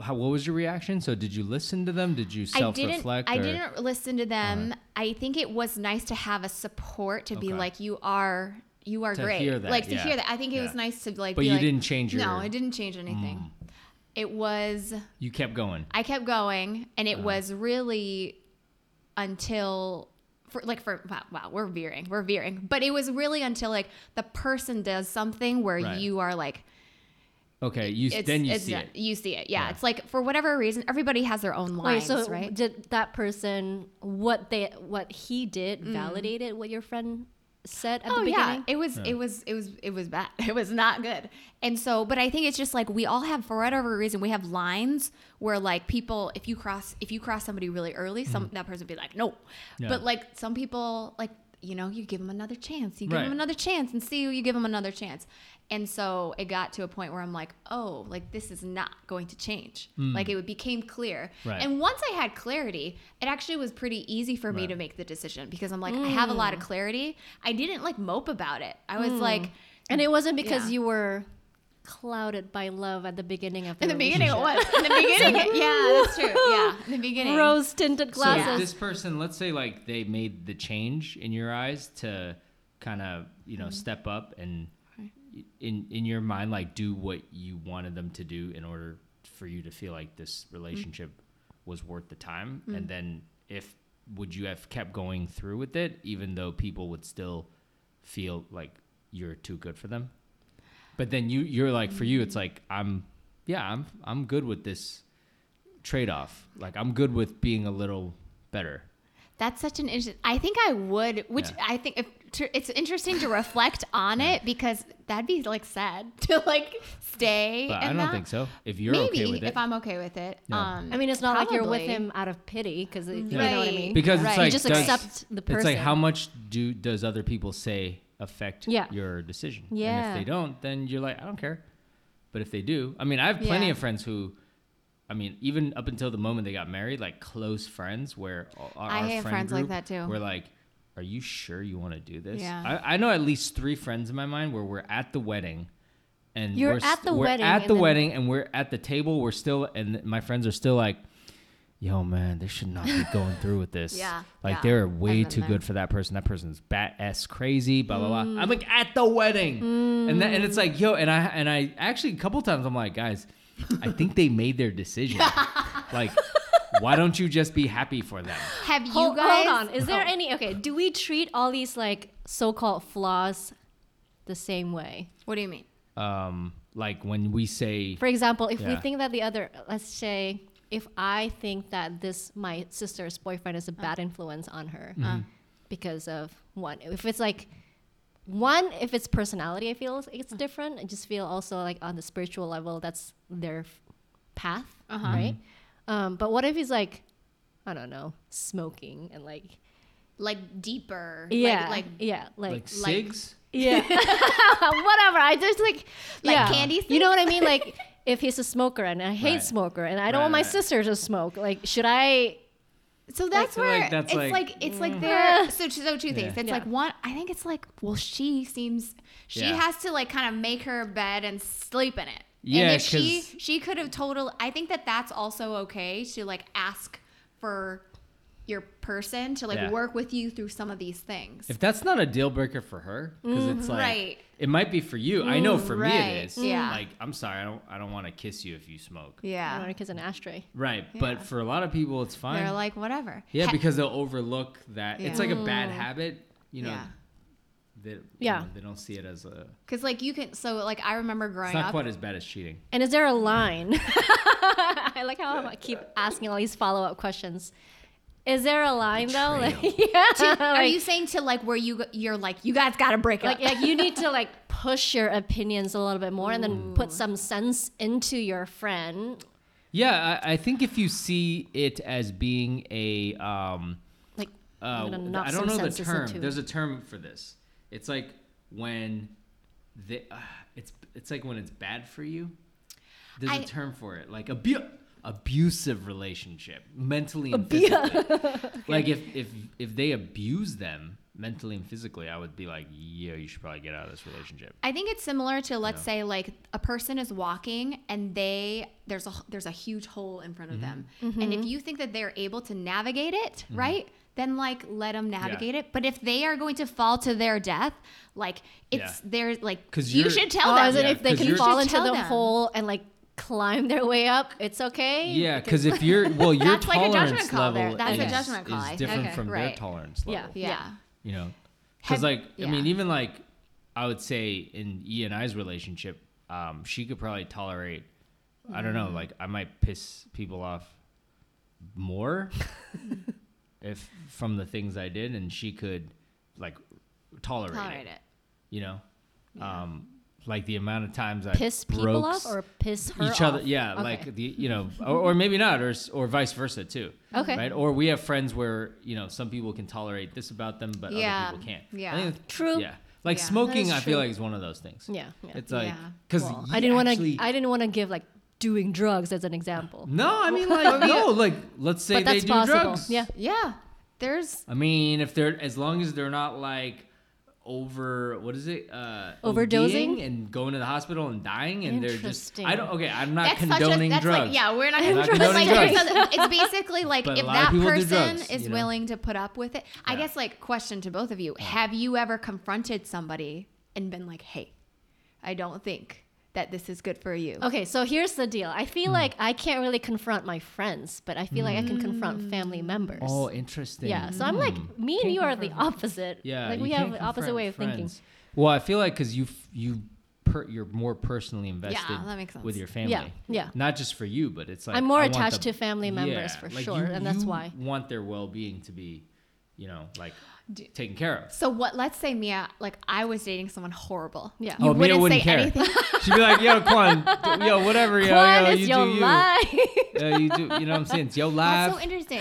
S5: how, what was your reaction so did you listen to them did you
S3: I didn't.
S5: self-reflect
S3: I
S5: or- Uh-huh.
S3: didn't listen to them. I think it was nice to have a support to be
S5: Okay.
S3: like, you are, you are
S5: To
S3: great.
S5: hear that,
S3: like to
S5: yeah.
S3: hear that. I think it
S5: Yeah.
S3: was nice to like.
S5: But
S3: be
S5: you
S3: like-
S5: didn't change your- Mm.
S3: No, I didn't change anything. It was.
S5: you kept going
S3: I kept going, and
S5: Uh-huh.
S3: it was really until. For, like for wow, wow, we're veering, we're veering, but it was really until like the person does something where
S5: Right.
S3: you are like,
S5: okay you
S3: it's,
S5: then you
S3: it's
S5: see
S3: not-
S5: it
S3: you see it, yeah,
S5: Yeah.
S3: It's like for whatever reason, everybody has their own
S4: Wait,
S3: lines,
S4: so
S3: right?
S4: did that person what they what he did
S3: Mm.
S4: validated what your friend said at the beginning?
S3: Oh, it was it was it was it was bad. *laughs* It was not good. And so, but I think it's just like we all have for whatever reason we have lines where like people if you cross if you cross somebody really early, some that person would be like no,
S5: Mm-hmm. Yeah.
S3: but like some people like you know you give them another chance, you give
S5: Right.
S3: them another chance, and see you give them another chance. And so it got to a point where I'm like, oh, like this is not going to change. Like it became clear.
S5: Mm. Right.
S3: And once I had clarity, it actually was pretty easy for me to make the decision because I'm like, I have a lot of clarity. I didn't like mope about it. I was like,
S4: And it wasn't because
S3: Yeah.
S4: you were clouded by love at the beginning of the
S3: in the beginning it
S4: relationship.
S3: was. In the *laughs* beginning, it- yeah, that's *laughs* true. Yeah, in the beginning.
S4: rose tinted
S5: So if
S4: glasses.
S5: this person, let's say, like they made the change in your eyes to kind of you know step up and in in your mind, like do what you wanted them to do in order for you to feel like this relationship was worth the time, and then if would you have kept going through with it even though people would still feel like you're too good for them? But then you you're like for you it's like I'm yeah, I'm I'm good with this trade-off. Like I'm good with being a little better.
S3: That's such an interesting. I think I would, which
S5: Yeah.
S3: I think if, to, it's interesting to reflect on it because that'd be like sad *laughs* to like stay.
S5: But
S3: in
S5: I don't
S3: that.
S5: think so. If you're
S3: Maybe
S5: okay with it.
S3: if I'm okay with it.
S5: Yeah.
S3: Um,
S4: I mean, it's not like you're with
S3: probably.
S4: him out of pity because you know what I
S3: Right.
S4: mean.
S5: because
S3: Right.
S5: it's
S3: You
S5: like
S4: just
S5: does-
S4: accept the
S5: It's like
S4: person.
S5: how much do does other people say affect
S4: Yeah.
S5: your decision?
S4: Yeah.
S5: And if they don't, then you're like, I don't care. But if they do, I mean, I have plenty
S3: Yeah.
S5: of friends who, I mean, even up until the moment they got married, like close friends, where our, our
S3: I
S5: friend
S3: have friends like
S5: group
S3: that too.
S5: We're like, are you sure you want to do this?
S3: Yeah.
S5: I, I know at least three friends in my mind where we're at the wedding. And
S4: You're
S5: we're
S4: at the
S5: we're
S4: wedding
S5: at
S4: and
S5: the
S4: then-
S5: wedding, and we're at the table. We're still, and my friends are still like, "Yo, man, they should not be going through with this.
S3: Yeah,
S5: like
S3: yeah.
S5: they're way
S3: I've been
S5: too
S3: there.
S5: good for that person. That person's bat ass crazy, blah blah blah. I'm like at the wedding, and that, and it's like yo, and I and I actually a couple times I'm like, guys, I think they made their
S3: *laughs*
S5: decision. like, why don't you just be happy for them?
S3: have you
S4: Hold,
S3: guys?
S4: hold on. Is there
S3: Oh.
S4: any okay? Do we treat all these like so-called flaws the same way?
S3: What do you mean?
S5: Um, like when we say,
S4: For example, if we
S5: Yeah.
S4: think that the other, let's say, if I think that this my sister's boyfriend
S3: Uh.
S4: is a bad influence on her because of one, if it's like one, if it's personality, I feel it's
S3: Uh.
S4: different. I just feel also like on the spiritual level, that's their f- path,
S3: Uh-huh.
S4: right? Um, but what if he's like, I don't know, smoking and like,
S3: Like deeper?
S4: yeah,
S3: Like like,
S4: yeah, like,
S5: like, Sigs,
S4: yeah, *laughs* whatever. I just like,
S3: Like
S4: yeah.
S3: candy
S4: You know what I mean? Like if he's a smoker and I hate
S5: Right.
S4: smoker and I don't
S5: Right,
S4: want my
S5: right.
S4: sister to smoke, like should I?
S3: So that's
S5: so, like,
S3: where
S5: that's,
S3: it's
S5: like-
S3: like, it's like there.
S4: *laughs* Mm.
S3: So so two things.
S5: Yeah.
S3: It's
S4: Yeah.
S3: like one. I think it's like well, she seems she
S5: Yeah.
S3: has to like kind of make her bed and sleep in it.
S5: Yeah,
S3: and if she
S5: 'cause-
S3: she could have totally. I think that that's also okay to like ask for your person to like
S5: Yeah.
S3: work with you through some of these things.
S5: if that's not a deal breaker for her, because it's like
S3: Mm-hmm, Right. Mm,
S5: it might be for you. I know for me
S3: right,
S5: it is.
S3: yeah.
S5: Like I'm sorry, I don't I don't want to kiss you if you smoke.
S4: I
S3: yeah,
S4: want to kiss an ashtray.
S5: Right,
S3: Yeah.
S5: but for a lot of people it's fine.
S3: they're like whatever.
S5: Yeah,
S3: He-
S5: because they'll overlook that. It's
S3: Yeah.
S5: like a bad habit, you know.
S3: Yeah.
S5: They, you
S4: Yeah.
S5: know, they don't see it as a.
S3: Because like you can, so like I remember
S5: It's
S3: growing
S5: not
S3: up.
S5: quite as bad as cheating.
S4: And is there a
S3: *laughs*
S4: line? I like how I keep asking all these follow up questions. Is there a line though? Like, *laughs* yeah.
S3: Are
S4: like,
S3: you saying to like where you you're like you guys got to break up?
S4: like, like you need to like push your opinions a little bit more and then put some sense into your friend.
S5: Yeah, I, I think if you see it as being a, um,
S4: Like
S5: uh,
S4: I'm gonna knock
S5: I don't
S4: some
S5: know the
S4: senses
S5: term.
S4: into-
S5: There's a term for this. It's like when, the, uh, it's it's like when it's bad for you. There's a
S3: I-
S5: term for it, like abu- abusive relationship, mentally and physically.
S3: *laughs*
S5: *laughs* Like if if if they abuse them mentally and physically, I would be like, yeah, you should probably get out of this relationship.
S3: I think it's similar to let's say like a person is walking and they there's a there's a huge hole in front of
S5: Mm-hmm.
S3: them. And
S4: Mm-hmm.
S3: if you think that they're able to navigate it, right? Then like let them navigate it. But if they are going to fall to their death, like it's
S5: Yeah.
S3: their like
S5: 'Cause
S3: you
S5: you're-
S3: should tell
S4: oh,
S3: them.
S4: as in
S5: Yeah,
S4: if they
S5: 'cause
S4: can
S5: you're-
S4: fall
S3: You
S4: into
S3: should
S4: the
S3: tell them.
S4: hole and like climb their way up, it's okay.
S5: Yeah, because if you're
S3: *laughs*
S5: well, your
S3: That's like a
S5: tolerance
S3: judgment call there.
S5: level
S3: That's
S5: is,
S3: a judgment call, I
S5: is
S3: think.
S5: different
S3: Okay.
S5: from their
S3: Right.
S5: tolerance
S4: Yeah.
S5: level.
S3: Yeah.
S5: You know,
S3: Have-
S5: because like
S3: yeah.
S5: I mean, even like I would say in E and I's relationship, um, she could probably tolerate. I don't
S4: Mm.
S5: know, like I might piss people off
S4: *laughs*
S5: more if from the things I did, and she could like tolerate,
S3: Tolerate
S5: it,
S3: it.
S5: You know, um, like the amount of times I
S4: piss people
S5: broke
S4: off
S5: s-
S4: or piss her
S5: each other
S4: off?
S5: yeah
S4: Okay.
S5: like the you
S4: *laughs*
S5: know or, or maybe not or s- or vice versa too
S4: Okay.
S5: right or we have friends where you know some people can tolerate this about them but
S3: Yeah.
S5: other people can't I
S3: Yeah.
S5: think that's-
S4: True.
S5: yeah like
S3: Yeah. That
S5: smoking
S4: is
S5: i feel
S4: true.
S5: like is one of those things
S4: Yeah, yeah.
S5: it's like
S3: Yeah.
S5: because
S4: Well, I didn't want to. I didn't want to give like doing drugs as an example.
S5: no i mean
S4: *laughs*
S5: like no like let's say Mm,
S4: But
S5: they
S4: that's
S5: do
S4: possible.
S5: drugs
S4: Yeah.
S3: Yeah. There's
S5: i mean if they're as long as they're not like over what is it uh
S4: Overdosing?
S5: ODing and going to the hospital and dying and they're just i
S4: Interesting.
S5: don't okay i'm not
S3: that's
S5: condoning
S3: such a that's
S5: drugs
S3: like yeah, we're not
S5: I'm
S3: gonna
S5: not
S3: but, like,
S5: condoning
S3: there's other- it's basically like
S5: But a
S3: if
S5: lot of
S3: that
S5: people do
S3: person
S5: drugs,
S3: is
S5: you know?
S3: willing to put up with it. I
S5: Yeah.
S3: guess like question to both of you. Have you ever confronted somebody and been like, "Hey, I don't think that this is good for you.
S4: Okay, so here's the deal. I feel
S5: Mm.
S4: like I can't really confront my friends, but I feel like I can confront family
S3: Mm.
S4: members.
S5: Oh, interesting. Mm.
S4: yeah, so I'm like, me and you are the opposite.
S5: Yeah,
S4: like
S5: you
S4: we have
S5: can't
S4: the opposite
S5: confront
S4: way of thinking.
S5: friends. Well, I feel like because you you per, you're more personally invested.
S3: that makes
S5: with
S3: sense.
S5: your family.
S4: Yeah, yeah.
S5: Not just for you, but it's like
S4: I'm more
S5: I want
S4: attached
S5: the-
S4: to family members
S5: Yeah,
S4: for
S5: like,
S4: sure,
S5: you-
S4: and that's
S5: you
S4: why.
S5: want their well-being to be, you know, like taken care of.
S3: So what? Let's say Mia, like I was dating someone horrible.
S4: Yeah.
S3: you
S5: oh, Mia
S3: wouldn't,
S5: wouldn't
S3: say
S5: care.
S3: anything.
S5: *laughs* She'd be like, "Yo,
S4: *laughs*
S5: Quan, yo, whatever, yo,
S4: Quan
S5: yo,
S4: is
S5: you
S4: your
S5: do you,
S4: life.
S5: Yeah, you do, you know what I'm saying? It's yo, live."
S3: That's so interesting.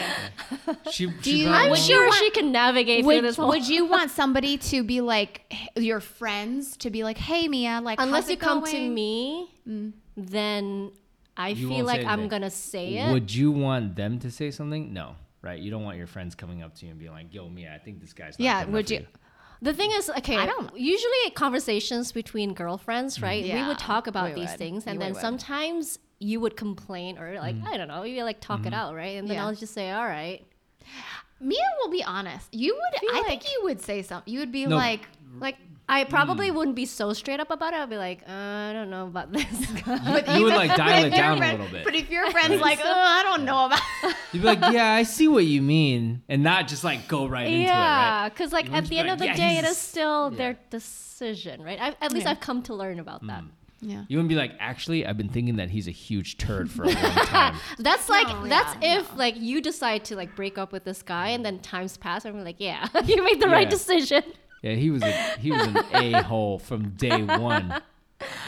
S5: she, she
S3: you-
S5: probably
S4: I'm *laughs*
S5: won't-
S4: sure she can navigate through
S3: Would,
S4: this whole.
S3: would you want somebody to be like h- your friends to be like, hey Mia, like how's
S4: Unless
S3: it
S4: you come to
S3: going?" Mm.
S4: me, then I
S5: You
S4: feel
S5: won't
S4: like
S5: say
S4: I'm
S5: anything.
S4: gonna say it.
S5: Would you want them to say something? No, right? You don't want your friends coming up to you and being like, "Yo, Mia, I think this guy's." Not
S3: Yeah,
S5: good enough
S3: would
S5: for
S3: you-
S4: The thing is, okay,
S3: I don't-
S4: usually conversations between
S5: Mm.
S4: girlfriends, right? We
S3: Yeah,
S4: would talk about
S3: we
S4: these
S3: would.
S4: things, and
S3: We
S4: then
S3: would.
S4: sometimes you would complain or like
S5: Mm.
S4: I don't know, you like talk
S5: Mm-hmm.
S4: it out, right? And then
S3: Yeah.
S4: I'll just say, all right,
S3: Mia will be honest. You would,
S4: feel
S3: I
S4: like-
S3: think you would say something. You would be
S5: No.
S3: like,
S4: like. I probably
S5: mm.
S4: wouldn't be so straight up about it. I'd be like, uh, I don't know
S5: *laughs*
S4: about this.
S5: You, you would like dial it down a little
S3: But
S5: bit.
S3: if your friend's like, oh, I don't know about.
S4: *laughs*
S5: You'd be like, "Yeah, I see what you mean," and not just like go right into it. Right?
S4: yeah, because like
S5: You
S4: at
S5: wouldn't
S4: the
S5: be
S4: end
S5: like,
S4: of the
S5: "Yeah,
S4: day,
S5: he's
S4: it
S5: a s-"
S4: is still
S5: Yeah.
S4: their decision, right? I, at least
S3: Yeah.
S4: I've come to learn about
S5: Mm.
S4: that.
S3: yeah.
S5: You wouldn't be like, actually, I've been thinking that he's a huge turd for a long
S4: *laughs*
S5: time.
S4: That's like
S3: No,
S4: that's
S3: yeah,
S4: if like you decide to like break up with this guy, and then times pass, and we're like, yeah, *laughs* you made the right
S5: Yeah.
S4: decision.
S5: yeah, he was a, he was an
S4: *laughs*
S5: a hole from day one.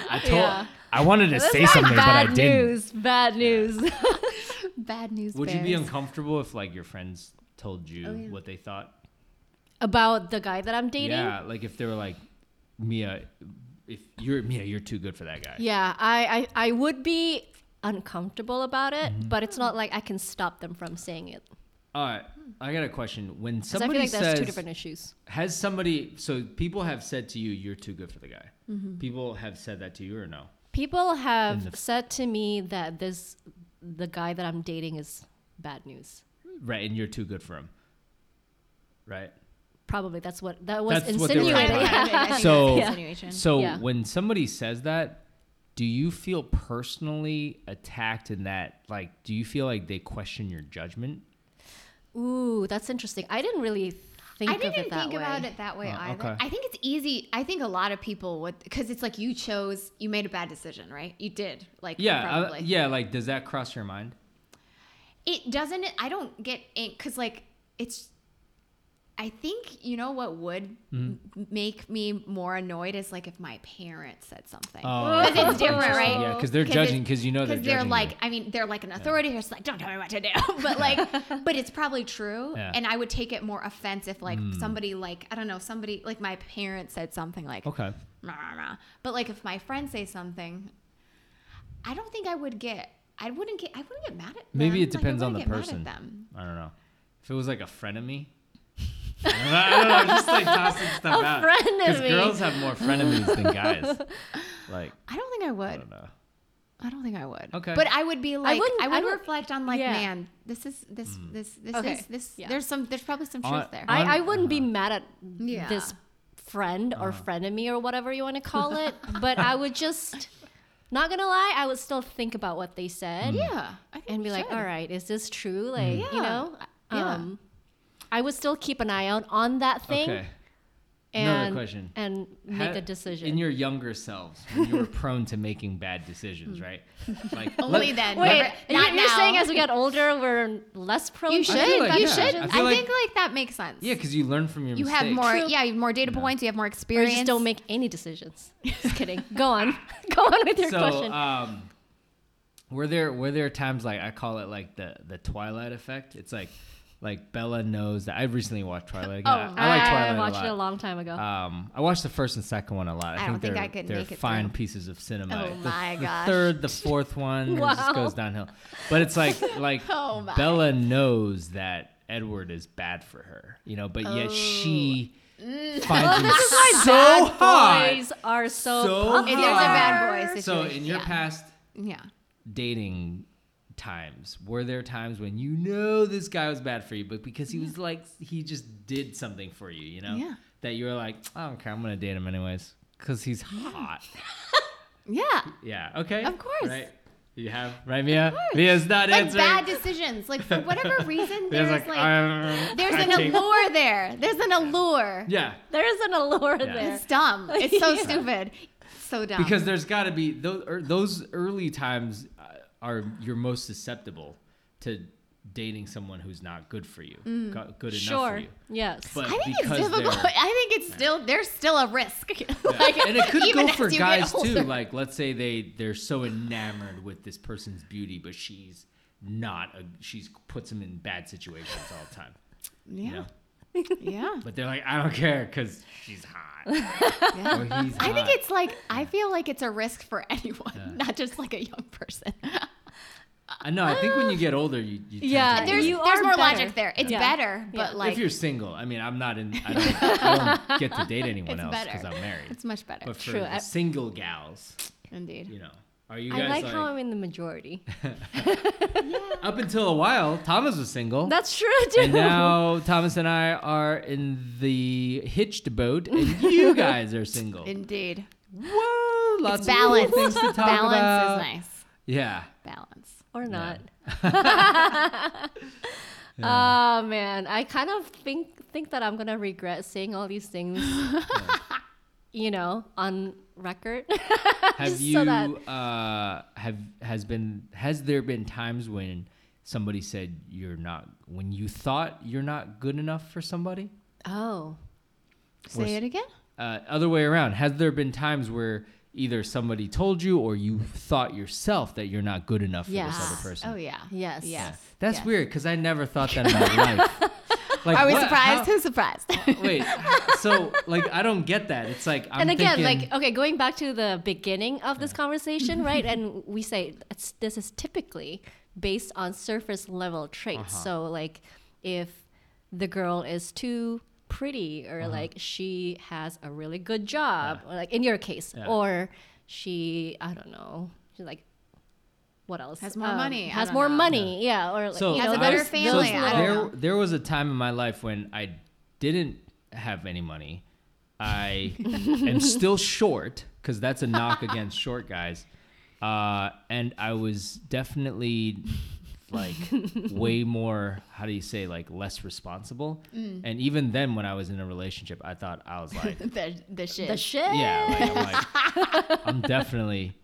S5: I told
S4: Yeah.
S5: I wanted to say
S4: That's
S5: something, but I
S4: bad
S5: didn't.
S4: news. Bad news. *laughs*
S3: Bad news.
S5: Would you be *laughs*
S3: bears.
S5: uncomfortable if like your friends told
S4: Oh,
S5: you
S3: yeah.
S5: what they thought?
S4: About the guy that I'm dating.
S5: Yeah, like if they were like, Mia, if you're Mia, you're too good for that guy.
S4: Yeah, I, I I would be uncomfortable about it,
S5: Mm-hmm.
S4: but it's not like I can stop them from saying it
S5: All right, I got a question. When
S4: because I feel
S5: somebody
S4: like that's
S5: says,
S4: two different issues.
S5: has somebody, so people have said to you, you're too good for the guy. People have said that to you or no?
S4: People have
S5: the-
S4: said to me that this the guy that I'm dating is bad news.
S5: Right, and you're too good for him. Right.
S4: Probably that's what that was
S5: That's what they were
S4: insinuated.
S5: implying.
S4: *laughs* Yeah.
S3: I *laughs* think
S5: So-
S3: that's insinuation.
S5: So
S4: Yeah.
S5: when somebody says that, do you feel personally attacked in that? Like, do you feel like they question your judgment?
S4: Ooh, that's interesting. I didn't really think
S3: I
S4: of it
S3: didn't
S4: that
S3: think
S4: way.
S3: about it that way
S5: Oh,
S3: either.
S5: okay.
S3: I think it's easy. I think a lot of people would because it's like you chose, you made a bad decision, right? You did, like
S5: Yeah, uh,
S3: probably.
S5: yeah. Like, does that cross your mind?
S3: It doesn't. I don't get it because like it's. I think you know what would
S5: Mm.
S3: m- make me more annoyed is like if my parents said something.
S5: Oh,
S3: Because it's different, right?
S5: yeah, because they're
S3: 'Cause
S5: judging.
S3: it's-
S5: Because you know they're
S3: Because they're
S5: judging
S3: like,
S5: you.
S3: I mean, they're like an authority who's like, don't tell me what to do. *laughs* But like, *laughs* but it's probably true.
S5: Yeah. Mm.
S3: And I would take it more offense if like somebody like, I don't know, somebody like my parents said something like,
S5: Okay.
S3: "Rah, rah, rah." but like if my friends say something, I don't think I would get, I wouldn't get, I wouldn't get mad at them.
S5: Maybe it
S3: Like, I
S5: depends on the
S3: wouldn't get mad
S5: person.
S3: at them.
S5: I don't know. If it was like a frenemy. *laughs* I don't know. I'm just like tossing stuff out. Because
S4: frenemy.
S5: girls have more frenemies than
S4: *laughs*
S5: guys. Like,
S3: I don't think I
S5: I
S3: would.
S5: don't know.
S3: I don't think I would.
S5: Okay.
S3: But I would be like, I,
S4: wouldn't-
S3: would
S4: I would-
S3: reflect on like,
S4: yeah.
S3: man, this is this
S5: Hmm.
S3: this this
S4: Okay.
S3: is this.
S4: Yeah.
S3: There's some. There's probably some truth
S5: Uh,
S3: there.
S5: On-
S4: I, I wouldn't be mad at
S3: Yeah.
S4: this friend
S5: Uh-huh.
S4: or frenemy or whatever you want to call
S3: *laughs*
S4: it, but I would just, not gonna lie, I would still think about what they said
S3: yeah. I think
S4: and be
S3: you
S4: like,
S3: should.
S4: all right, is this
S5: Mm.
S4: true? Like, you
S3: Mm. Yeah.
S4: know,
S3: Yeah.
S4: um, I would still keep an eye out on that thing
S5: Okay. Another
S4: and
S5: question.
S4: and make
S5: Ha-
S4: a decision.
S5: In your younger selves, when you were prone to making bad decisions, right?
S4: *laughs*
S5: Like
S3: Only
S5: let-
S3: then.
S4: Hmm. Wait,
S3: Never-
S4: you-
S3: not
S4: you're
S3: now.
S4: saying as we get older, we're less prone.
S3: you
S4: to
S3: should.
S5: I feel like-
S3: you
S5: yeah,
S3: should.
S5: I
S3: I,
S5: feel like-
S3: think like that makes sense.
S5: Yeah, because you learn from your
S3: You
S5: mistakes.
S3: have more.
S4: True.
S3: Yeah, you have more data points. You have more
S4: Or you
S3: experience.
S4: just don't make any *laughs* decisions. Just kidding. Go on. *laughs* Go on with
S5: *laughs*
S4: your
S5: so,
S4: question.
S5: um, were there were there times like I call it like the the Twilight effect? It's like like Bella knows that I recently watched Twilight again. I, I like Twilight
S4: Oh, watched it
S5: a
S4: a
S5: lot.
S4: long time ago.
S5: Um, I watched the first and second one a lot. I,
S3: I don't think
S5: they're,
S3: I could
S5: they're
S3: make it
S5: fine
S3: through.
S5: pienes of cinema.
S3: Oh
S5: the,
S3: my
S5: the
S3: gosh.
S5: third,
S3: *laughs*
S5: the fourth one it
S4: Wow.
S5: just goes downhill. But it's like like
S3: Oh my.
S5: Bella knows that Edward is bad for her, you know, but yet she
S3: Oh. *laughs*
S5: finds him so hot.
S4: Boys are so,
S5: Uh, So
S4: popular.
S3: It is a bad boy
S5: So
S3: situation.
S5: in your
S3: yeah.
S5: past
S3: yeah.
S5: dating times were there times when you know this guy was bad for you but because he was like he just did something for you you know
S3: Yeah. *laughs*
S5: that you were like i don't care i'm gonna date him anyways because he's hot
S3: Yeah.
S5: Yeah. Okay.
S3: Of course.
S5: Right. You have
S2: Right, Mia? Mia's not
S3: Like
S2: answering.
S3: bad decisions. Like for
S5: *laughs*
S3: whatever reason,
S2: Mia's
S3: there's like,
S2: "Um,
S3: there's
S2: I
S3: an
S2: think-"
S3: allure there. There's an allure.
S5: yeah.
S4: There is an allure
S5: Yeah.
S4: there.
S3: It's dumb. It's
S4: *laughs*
S3: so
S4: Yeah.
S3: stupid. So dumb.
S5: Because there's got to be those er, those early times uh, are you're most susceptible to dating someone who's not good for you, go- good enough for
S4: Sure.
S5: you.
S4: Yes.
S5: But
S3: Mm. I think it's
S5: because
S3: difficult.
S5: they're-
S3: *laughs* I think it's still there's still a risk. *laughs*
S5: Yeah. and it could
S3: even
S5: go for
S3: as you get
S5: guys too.
S3: older.
S5: Like, let's say they they're so enamored with this person's beauty, but she's not. A, she's puts them in bad situations all the time.
S3: yeah,
S5: You know?
S3: yeah.
S5: But they're like, I don't care because she's hot.
S3: *laughs* Yeah.
S5: Or he's
S3: I think
S5: hot.
S3: it's like I feel like it's a risk for *laughs* anyone, not just like a young person.
S4: Uh,
S5: I know. I think when you get older, you, you tend
S4: Yeah,
S5: To
S3: There's
S4: You
S3: there's
S4: are
S3: more
S4: better.
S3: logic there. It's
S4: Yeah.
S3: better, but like
S5: if you're single, I mean, I'm not in. I
S3: *laughs*
S5: don't, I don't get to date anyone
S3: It's
S5: else
S3: better.
S5: because I'm married.
S3: it's much better.
S5: But for
S4: True,
S5: the
S4: I-
S5: single gals,
S3: Indeed.
S5: you know, are you guys
S4: I like
S5: like,
S4: how I'm in
S5: *laughs*
S4: the majority.
S5: up until a while? Thomas was single.
S4: *laughs* That's true
S3: *laughs*
S4: too.
S5: and now Thomas and I are in the hitched boat, and
S3: *laughs*
S5: you guys are single.
S3: Indeed.
S5: Whoa, lots
S3: It's
S5: of little
S3: balance.
S5: things to talk
S3: balance
S5: about.
S3: is nice. *laughs*
S5: Yeah,
S3: Balance.
S4: or
S5: *laughs*
S4: not. *laughs* Oh man, I kind of think think that I'm gonna regret saying all
S5: *laughs*
S4: these things, you know, on record. *laughs*
S5: have
S4: Just
S5: you
S4: so that-
S5: uh, have has been has there been times when somebody said you're not when you thought you're not good enough for somebody?
S4: oh,
S3: Say
S5: Worse.
S3: it again.
S5: uh, other way around. Has there been times where either somebody told you or you thought yourself that you're not good enough for
S4: Yes.
S5: this other person?
S3: Oh yeah.
S4: Yes.
S5: Yeah.
S3: Yes.
S5: That's
S3: Yes.
S5: weird because I never thought that in my
S3: *laughs*
S5: life. Like,
S3: Are we
S5: what-
S3: surprised?
S5: how-
S3: *laughs* Who's surprised?
S5: *laughs* wait, so like I don't get that. It's like I'm
S4: and again,
S5: thinking,
S4: like okay, going back to the beginning of this
S5: *laughs*
S4: conversation, right? And we say it's, this is typically based on surface level traits.
S5: Uh-huh.
S4: So like, if the girl is too pretty,
S5: Uh-huh.
S4: or like she has a really good job, or like in your case,
S5: Yeah.
S4: or she, I don't know, she's like. What else? Um,
S3: Has more money. I
S4: Has
S3: don't
S4: more
S3: know.
S4: money. Yeah. Or like,
S5: so
S4: you
S3: Has
S4: know,
S3: a better
S4: those- those
S3: family, I
S5: So
S3: don't
S4: little-
S5: there,
S3: know.
S5: there was a time in my life when I didn't have any money.
S3: *laughs*
S5: I am still short because that's a knock against short guys, uh, and I was definitely like way more. How do you say like less responsible?
S3: Mm.
S5: And even then, when I was in a relationship, I thought I was like,
S3: the the shit.
S4: The shit.
S5: yeah, like, I'm,
S4: *laughs*
S5: like, I'm definitely.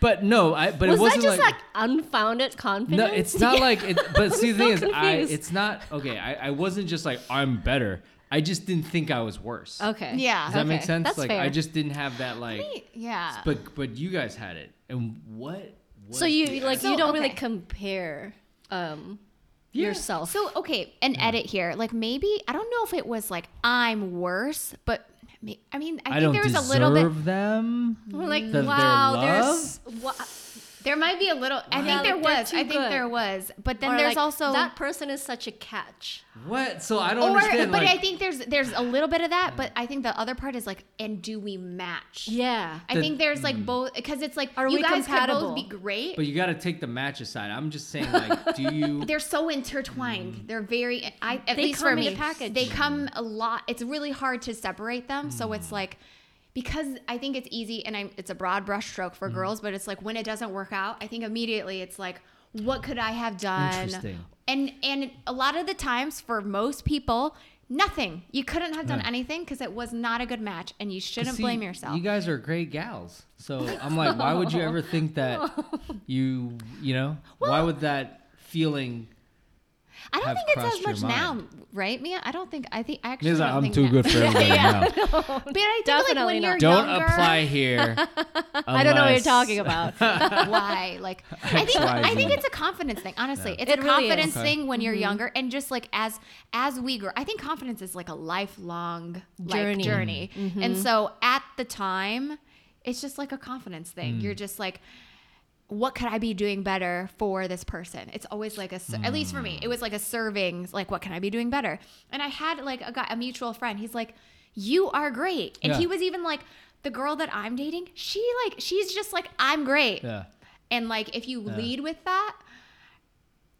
S5: But no, I. But
S4: Was
S5: it wasn't
S4: that just
S5: like
S4: like, unfounded confidence?
S5: no, it's not
S4: Yeah.
S5: like.
S4: *laughs*
S5: It, but see, the
S4: so
S5: thing is, I
S4: confused.
S5: it's not okay. I, I wasn't just like I'm better. I just didn't think I was worse.
S4: Okay.
S3: Yeah.
S5: Does that make
S4: Okay,
S5: sense?
S4: that's
S5: like I
S4: fair. uh,
S5: just didn't have that like.
S3: yeah.
S5: But but you guys had it, and what? what
S4: So you
S5: the-
S4: like
S3: So,
S4: you don't really
S3: okay.
S4: compare um yourself.
S3: So okay, an edit here. Like maybe I don't know if it was like I'm worse, but may- I mean I,
S5: I,
S3: think
S5: don't
S3: there was a
S5: deserve
S3: little bit.
S5: them.
S4: We're like
S5: The- their
S4: wow,
S5: love?
S4: there's wa-
S3: There might be a little. I think
S4: Yeah,
S3: there
S4: like, they're
S3: was.
S4: too
S3: I think
S4: good.
S3: there was. But then
S4: or, like,
S3: there's also
S4: that person is such a catch.
S5: What? So I don't
S3: Or,
S5: understand.
S3: but
S5: like,
S3: I think there's there's a little bit of that. But I think the other part is like, and do we match?
S4: Yeah.
S3: I
S5: The-
S3: think there's
S5: Mm.
S3: like both because it's like
S4: Are
S3: you
S4: we
S3: guys
S4: compatible?
S3: could both be great.
S5: But you got to take the match aside. I'm just saying, like, do
S4: *laughs*
S5: you?
S3: they're so intertwined.
S5: Mm.
S3: They're very. I at
S4: They
S3: least
S4: come
S3: for
S4: in a
S3: me,
S4: package.
S3: they come a lot. It's really hard to separate them. So it's
S5: Mm.
S3: like because I think it's easy and I'm, it's a broad brushstroke
S5: Mm.
S3: for girls, but it's like when it doesn't work out, I think immediately it's like, what could I have done?
S5: Interesting.
S3: And and a lot of the times for most people. Nothing. You couldn't have done anything because it was not a good match, and you shouldn't
S5: See,
S3: blame yourself.
S5: You guys are great gals. So I'm like, why would you ever think
S3: *laughs*
S5: that you, you know, why would that feeling?
S3: I don't
S5: have
S3: think it's
S5: crossed
S3: as
S5: your
S3: much
S5: mind.
S3: now, right, Mia? I don't think. I think I actually. don't
S5: I'm
S3: think
S5: too
S3: now. *laughs*
S5: good for everybody now.
S3: But I think like
S4: Definitely
S3: when
S4: not.
S3: you're
S5: Don't
S3: younger,
S5: apply
S3: *laughs*
S5: here.
S4: I don't know what you're talking about.
S5: *laughs*
S3: why like i think
S5: XYZ.
S3: i think it's a confidence thing honestly it's
S4: It
S3: a
S4: really is. Mm-hmm.
S3: confidence thing when you're younger and just like as as we grow i think confidence is like a lifelong like,
S4: Journey. Mm-hmm.
S3: journey, and so at the time it's just like a confidence thing you're just like what could I be doing better for this person? It's always like a, ser- at least for me, it was like a serving, like, what can I be doing better? And I had like a guy, a mutual friend. He's like, you are great. And
S5: Yeah.
S3: he was even like, the girl that I'm dating, she like, she's just like, I'm great.
S5: Yeah.
S3: And like, if you lead with that,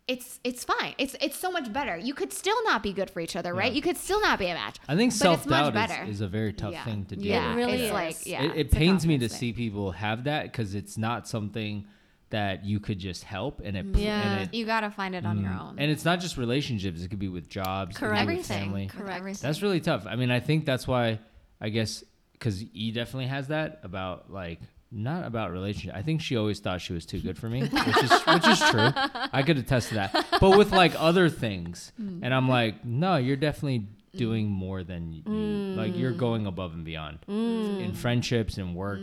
S3: it's it's fine. It's it's so much better. You could still not be good for each other, right? You could still not be a match.
S5: I think
S3: but it's
S5: self
S3: much
S5: doubt
S3: better.
S5: is, is a very tough
S3: Yeah.
S5: thing to deal
S3: yeah,
S5: with.
S4: It really
S3: it's
S4: is.
S3: like yeah,
S5: it, it
S3: it's a
S5: pains me to
S3: confidence thing.
S5: see people have that because it's not something that you could just help and it
S4: Yeah.
S5: and, it, Mm-hmm.
S3: You gotta find it on your own.
S5: and it's not just relationships it could be with jobs it could be
S4: Correct.
S5: with
S3: everything,
S5: family
S3: with
S4: Correct.
S3: everything.
S5: that's really tough i mean i think that's why i guess because e definitely has that about like not about relationship i think she always thought she was too good for me which is which is true i could attest to that but with like other things
S4: Mm.
S5: and i'm like no you're definitely doing more than you like
S4: Mm.
S5: you're going above and beyond in friendships and work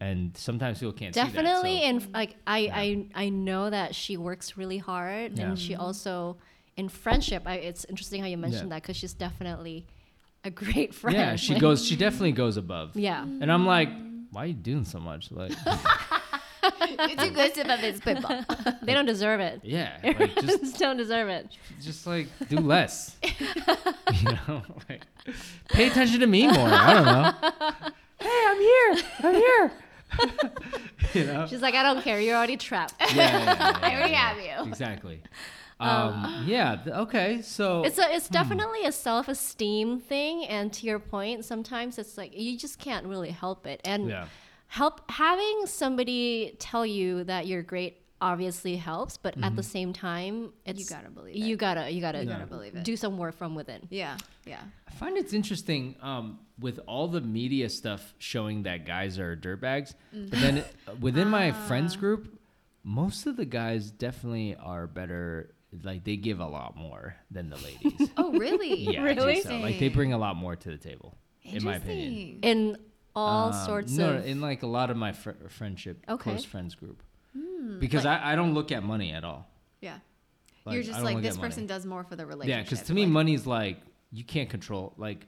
S5: and sometimes people can't
S4: Mm. definitely
S5: see that, so-
S4: in like I, I I know that she works really hard
S5: Yeah.
S4: and she also in friendship I, it's interesting how you mentioned
S5: Yeah.
S4: that because she's definitely a great *laughs* friend
S5: yeah she
S4: Like,
S5: goes she definitely goes above
S4: yeah
S5: And I'm like, why are you doing so much? Like,
S3: *laughs*
S5: *laughs*
S3: it's a good tip of his pitbull. *laughs*
S4: they don't deserve it
S5: yeah, like just
S4: *laughs* don't deserve it
S5: just like do less. *laughs* you know, like pay attention to me more. I don't know. Hey, I'm here. I'm here. *laughs* you know.
S4: she's like I don't care you're already trapped
S5: Yeah, yeah, yeah,
S3: *laughs* I
S5: yeah,
S3: already
S5: yeah. *laughs*
S3: have you. *laughs* Oh.
S5: Exactly. Um, yeah. th- Okay. So
S4: it's a it's definitely a self esteem thing and to your point sometimes it's like you just can't really help it and
S5: yeah.
S4: help having somebody tell you that you're great obviously helps but at
S5: Mm-hmm.
S4: the same time it's
S3: gotta believe
S4: you gotta you gotta,
S3: gotta believe it.
S4: do some work from within
S3: Yeah, yeah.
S5: I find it's interesting um, with all the media stuff showing that guys are dirtbags,
S3: Mm.
S5: but
S3: *laughs*
S5: then within my
S3: Ah.
S5: friends group, most of the guys definitely are better. Like they give a lot more than the ladies.
S3: Oh, really?
S5: *laughs* yeah, I think
S4: *laughs* Really?
S5: so. Like they bring a lot more to the table, in my opinion.
S3: Interesting.
S4: in all
S5: Um,
S4: sorts
S5: no,
S4: of
S5: in like a lot of my fr- friendship,
S4: Okay. Hmm,
S5: close friends group, because I, I don't look at money at all.
S3: Yeah.
S5: Like,
S3: You're
S5: I
S3: just
S5: don't
S3: like
S5: look at
S3: this
S5: money.
S3: person does more for the relationship.
S5: Yeah, because to me,
S3: like-
S5: money's like you can't control. Like,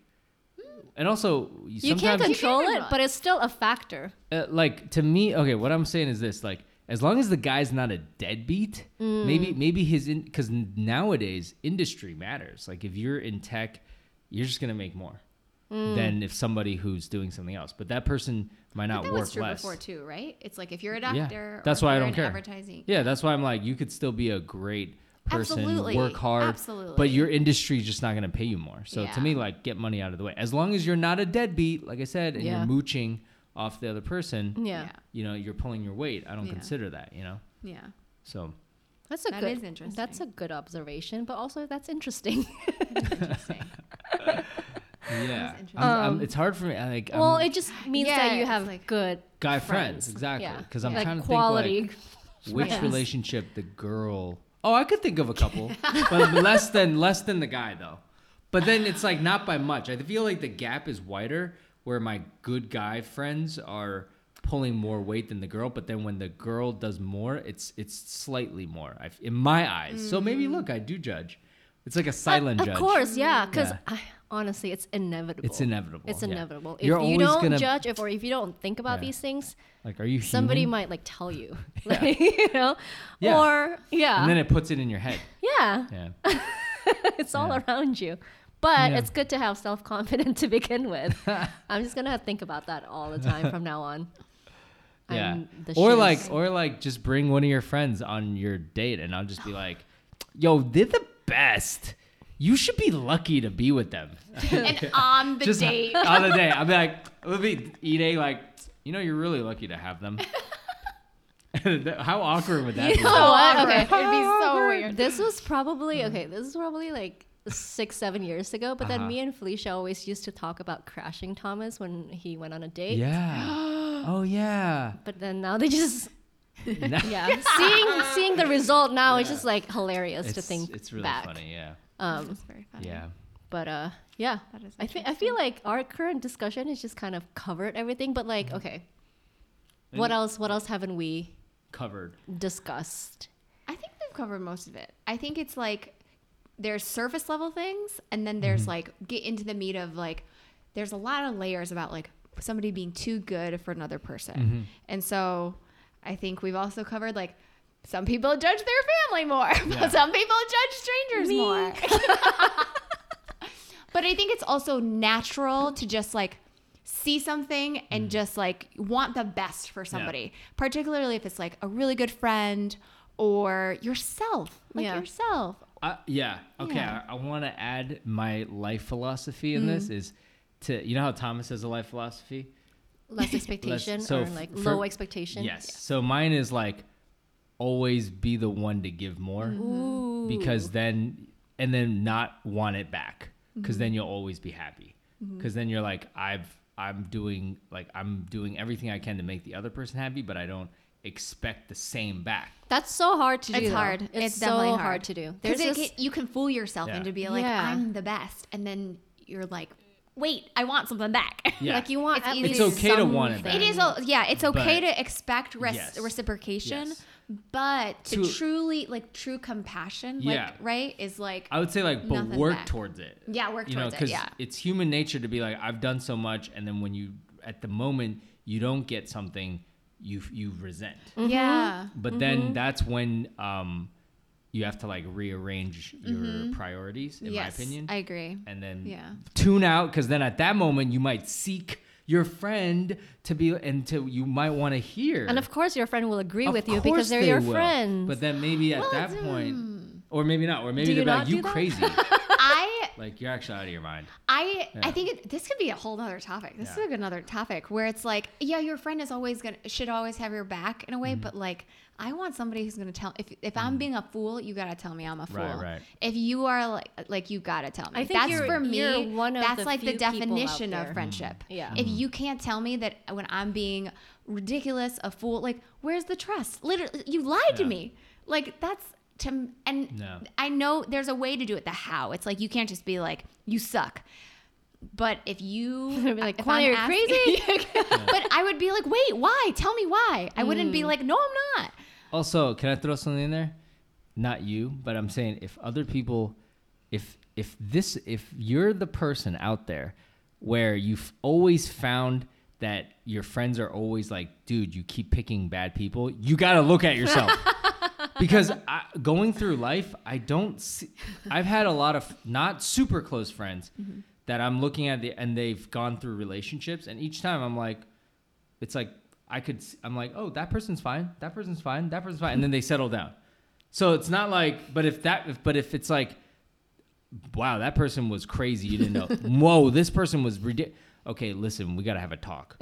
S5: and also
S4: Hmm. you can't
S5: sometimes-
S4: control
S3: You
S4: it
S3: can
S4: but it's still a factor
S5: uh, like to me okay what i'm saying is this like as long as the guy's not a deadbeat
S3: Mm.
S5: maybe maybe his in because nowadays industry matters like if you're in tech you're just gonna make more than if somebody who's doing something else but that person might
S3: Mm. But
S5: not
S3: that
S5: work
S3: was true
S5: less
S3: before too, right? It's like if you're a
S5: Yeah.
S3: doctor, or
S5: That's
S3: if
S5: why I
S3: you're
S5: don't
S3: in
S5: care.
S3: Advertising.
S5: yeah that's why i'm like you could still be a great person
S3: Absolutely.
S5: work hard
S3: Absolutely.
S5: but your industry's just not gonna pay you more so
S3: Yeah.
S5: to me like get money out of the way as long as you're not a deadbeat like i said and
S4: Yeah.
S5: you're mooching off the other
S3: Mm.
S5: person
S4: yeah, *laughs*
S3: Yeah.
S5: you know you're pulling your weight i don't
S3: Yeah.
S5: consider that you know
S3: Yeah.
S5: *laughs* so
S4: that's a
S3: That
S4: good
S3: is interesting.
S4: that's a good observation but also that's interesting *laughs*
S3: Interesting.
S5: yeah
S3: interesting.
S5: I'm, I'm, it's hard for me I, like
S4: Um, well
S5: I'm
S4: it just means
S3: Yeah,
S4: that you
S3: it's
S4: have
S3: like-
S4: good
S5: guy
S4: friends,
S5: friends, exactly
S4: yeah.
S5: because i'm
S4: like
S5: trying to
S4: quality
S5: think like which
S4: friends.
S5: relationship the girl oh i could think of a *laughs* couple but less than less than the guy though but then it's like not by much i feel like the gap is wider where my good guy friends are pulling more weight than the girl but then when the girl does more it's it's slightly more I f in my eyes so maybe look i do judge it's like a silent
S4: Mm. of
S5: judge
S4: course yeah because
S5: Yeah.
S4: honestly it's inevitable
S5: It's inevitable.
S4: it's
S5: yeah.
S4: inevitable
S5: You're
S4: if you
S5: always
S4: don't
S5: gonna-
S4: judge if, or if you don't think about
S5: Yeah. Mm-hmm.
S4: these things
S5: Like, are you
S4: somebody
S5: human?
S4: might like tell
S5: *laughs*
S4: you, *laughs* like, you know,
S5: Yeah.
S4: or yeah,
S5: And then it puts it in your head.
S4: yeah,
S5: Yeah.
S4: *laughs* it's all
S5: Yeah.
S4: around you. But
S5: Yeah.
S4: it's good to have self confidence *laughs* to begin with.
S5: *laughs*
S4: I'm just gonna think about that all the time from now on.
S5: Yeah.
S4: I'm the
S5: Or
S4: shoes.
S5: like, or like, just bring one of your friends on your date, and I'll just be like, "Yo, they're the best. You should be lucky to be with them."
S3: *laughs* and on the
S5: just *laughs*
S3: date.
S5: on
S4: *laughs*
S5: the day, I'll be like, "We'll be eating like, you know, you're really lucky to have
S4: *laughs*
S5: them." *laughs* How awkward would that be?
S4: You know Oh, what?
S3: awkward.
S4: Okay.
S3: It'd be
S4: *laughs*
S3: so weird.
S4: This was probably okay. This is probably like six, seven years ago. But then
S5: Mm-hmm. Uh-huh.
S4: me and Felicia always used to talk about crashing Thomas when he went on a *laughs* date.
S5: *gasps* Yeah. Oh yeah.
S4: But then now they
S3: *laughs*
S4: just
S5: *laughs* Now-
S4: *laughs* yeah *laughs* seeing seeing the result now is just like hilarious to
S5: It's,
S4: think
S5: it's really
S4: back.
S5: funny. Yeah.
S4: um
S3: That's very funny.
S5: Yeah.
S4: but uh yeah
S3: That is
S4: i think i feel like our current discussion is just kind of covered everything but like okay what
S5: Mm-hmm. Maybe-
S4: else what else haven't we
S5: Covered.
S4: discussed
S3: I think we've covered most of it. I think it's like there's surface level things, and then there's like get into the meat of like there's a lot of layers about like somebody being too good for another person. And so I think we've also covered like some people judge their family more, *laughs*
S5: Yeah.
S3: but some people judge strangers more. but I think it's also natural to just like see something and just like want the best for somebody, particularly if it's like a really good friend or yourself, like
S4: Yeah.
S3: yourself.
S5: I, yeah. Okay.
S3: Yeah.
S5: I, I want to add my life philosophy in
S4: Mm-hmm.
S5: this is to you know how Thomas has a life philosophy. *laughs*
S4: Less expectation
S5: so
S4: or like
S5: for-
S4: low expectation.
S5: Yes. So mine is like always be the one to give more
S4: Mm-hmm. Ooh.
S5: because then and then not want it back because
S4: Mm-hmm.
S5: then you'll always be happy because then you're like I've I'm doing like I'm doing everything I can to make the other person happy but I don't expect the same back.
S4: That's so hard to do.
S3: It's
S4: though.
S3: hard.
S4: It's,
S3: It's
S4: so
S3: definitely
S4: hard.
S3: hard.
S4: to do. There's
S3: Because
S4: this,
S3: you can fool yourself
S5: Yeah.
S3: into being like,
S4: Yeah.
S3: I'm the best. And then you're like, wait, I want something back.
S5: Yeah.
S4: like you want
S3: It's
S4: at
S3: easy.
S4: least
S3: It's
S5: okay to want it
S4: something.
S5: back.
S3: *laughs* It is, o- yeah, it's okay to expect res-
S5: Yes.
S3: reciprocation,
S5: Yes.
S3: but to,
S5: To-
S3: truly, like, true compassion, like,
S5: Yeah. Uh,
S3: right, is like,
S5: I would say like but
S3: Nothing
S5: work
S3: back.
S5: towards it.
S3: yeah, work
S5: you know
S3: towards
S5: because
S3: it. Yeah.
S5: it's human nature to be like i've done so much and then when you at the moment you don't get something you you resent
S3: Yeah.
S5: but
S4: Mm-hmm.
S5: then that's when um you have to like rearrange your
S4: Mm-hmm.
S5: priorities in
S3: yes.
S5: my opinion
S3: I agree.
S5: and then
S4: *laughs*
S3: Yeah.
S5: tune out because then at that moment you might seek your friend to be and to you might want to hear
S4: And of course, your friend will agree
S5: Of
S4: with you
S5: course
S4: because they're
S5: they
S4: your
S5: will.
S4: friends.
S5: but then maybe at
S3: Well,
S5: that
S3: it's,
S5: point or maybe not or
S4: Do
S5: maybe
S4: you
S5: they're
S4: not
S5: like
S4: do
S5: you
S4: that?"
S5: crazy
S4: *laughs*
S3: I
S5: like you're actually out of your mind
S3: I I
S5: Yeah.
S3: think it, this could be a whole nother topic. This
S5: Yeah.
S3: is another topic where it's like, yeah, your friend is always gonna should always have your back in a
S5: Mm-hmm.
S3: way, but like I want somebody who's gonna tell if if I'm being a fool, you gotta tell me I'm a fool.
S5: Right, right.
S3: If you are like like you gotta tell me.
S4: I think
S3: that's
S4: you're-
S3: for me.
S4: you're one of
S3: that's
S4: the
S3: like the
S4: few people out
S3: definition
S4: there. Mm-hmm.
S3: of friendship.
S4: Yeah.
S5: Mm-hmm.
S3: If you can't tell me that when I'm being ridiculous, a fool, like where's the trust? Literally, you lied to
S5: Yeah.
S3: me. Like that's to m- and
S5: No.
S3: I know there's a way to do it. The how. It's like you can't just be like you suck. But if you
S4: They'd be like,
S3: *laughs* if
S4: "Quan,
S3: I'm
S4: you're
S3: asked-
S4: crazy."
S3: *laughs* but I would be like, wait, why? Tell me why. I wouldn't be like, no, I'm not.
S5: Also, can I throw something in there? Not you, but I'm saying if other people, if if this, if you're the person out there where you've always found that your friends are always like, dude, you keep picking bad people, you gotta look at yourself. because I, going through life, I don't see, I've had a lot of not super close friends
S3: Mm-hmm.
S5: that I'm looking at the, and they've gone through relationships, and each time I'm like, it's like I could s- I'm like, oh, that person's fine, that person's fine, that person's fine, and then they settle down. So it's not like, but if that, if, but if it's like, wow, that person was crazy, you
S3: *laughs*
S5: didn't know. Whoa, this person was ridiculous. Okay, listen, we gotta have a
S3: *laughs*
S5: talk.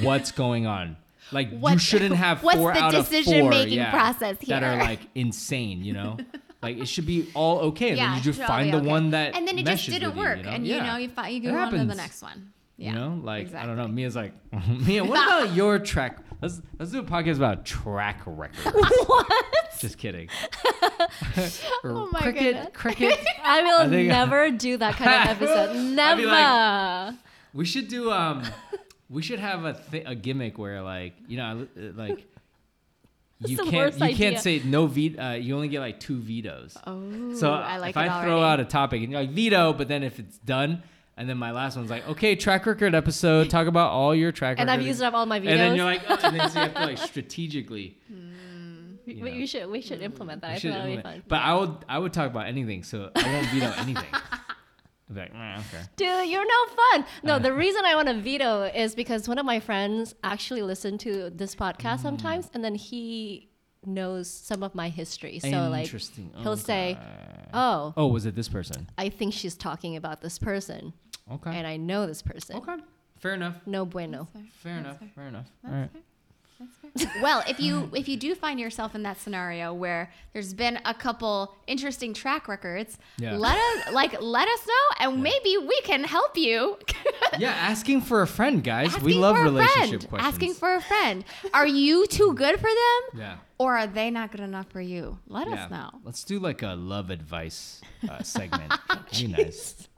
S5: What's going on? Like you
S3: What's-
S5: shouldn't have
S3: what's
S5: four
S3: the
S5: out of four
S3: decision-making
S5: yeah,
S3: process
S5: that are
S3: here?
S5: like insane. You know, *laughs* like it should be all okay. And then you
S3: it
S5: just
S3: should all
S5: find
S3: be
S5: the
S3: okay.
S5: one that
S3: and then it just
S5: meshes
S3: didn't
S5: with you,
S3: work,
S5: You, know?
S3: and you
S5: Yeah.
S3: know you fi- you
S5: It
S3: go on to the
S5: happens.
S3: next one. Yeah,
S5: You know, like I
S3: exactly.
S5: don't know. Mia's like, *laughs* Mia, what
S3: *laughs*
S5: about your track? Let's let's do a podcast about track records. *laughs*
S4: *laughs*
S3: *laughs*
S5: what? Just kidding. oh
S4: my
S5: cricket,
S4: goodness.
S5: cricket.
S4: I will
S5: I think-
S4: never do that kind of
S5: *laughs*
S4: episode.
S5: I'd
S4: Never.
S5: be like- We should do um, we should have a th- a gimmick where like you know uh,
S4: *laughs*
S5: like you
S4: the
S5: can't
S4: worst
S5: you can't
S4: idea.
S5: say no veto. Uh, you only get like two vetoes.
S3: Oh,
S5: so
S3: I like
S5: if
S3: it
S5: I throw out
S3: already.
S5: a topic and you're like veto, but then if it's done. And then my last one's like, okay, track record episode. Talk about all your track.
S4: and I've
S5: record-
S4: used up all my videos.
S5: And then you're like, oh, and then so you have
S4: *laughs*
S5: to like strategically. you
S4: But
S5: know,
S4: you should we should implement that.
S5: you
S4: I
S5: should
S4: think that would be
S5: implement-
S4: fun.
S5: But I would I would talk about anything, so I won't veto
S4: *laughs*
S5: anything. I'd be like, "Mm, okay.
S4: Dude, you're no fun.
S5: *laughs*
S4: No, the reason I want to veto is because one of my friends actually listened to this
S5: Mm.
S4: podcast sometimes, and then he knows some of my history. So like,
S5: Interesting.
S4: he'll say,
S5: Okay.
S4: "Oh,
S5: Oh, was it this person?
S4: I think she's talking about this person,
S5: Okay.
S4: and I know this person."
S5: okay. Fair enough.
S4: No bueno.
S5: Fair enough. Fair enough.
S3: That's
S5: All right.
S3: fair. That's fair. *laughs* well, if you if you do find yourself in that scenario where there's been a couple interesting track records,
S5: Yeah.
S3: let
S5: *laughs*
S3: us like let us know, and maybe we can help you. *laughs*
S5: Yeah, asking for a friend, guys.
S3: Asking
S5: we love
S3: for a
S5: relationship
S3: friend.
S5: questions.
S3: Asking for a friend. Are you too good for them,
S5: Yeah.
S3: or are they not good enough for you? Let
S5: yeah.
S3: us know.
S5: Let's do like a love advice
S3: *laughs*
S5: uh, segment.
S3: Oh,
S5: Be nice.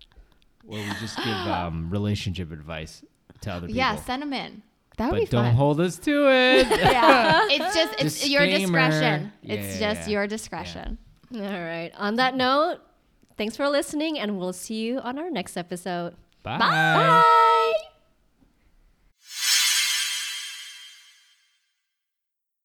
S5: Where we just give um, relationship advice to other people.
S3: Yeah, send them in. That would
S5: But
S3: be
S5: don't
S3: fun.
S5: hold us to it.
S3: *laughs* yeah, it's just it's your
S5: Disclaimer.
S3: discretion.
S5: Yeah,
S3: it's
S5: yeah,
S3: just
S5: yeah.
S3: your discretion.
S4: All right. On that note, thanks for listening, and we'll see you on our next episode.
S5: Bye.
S3: Bye.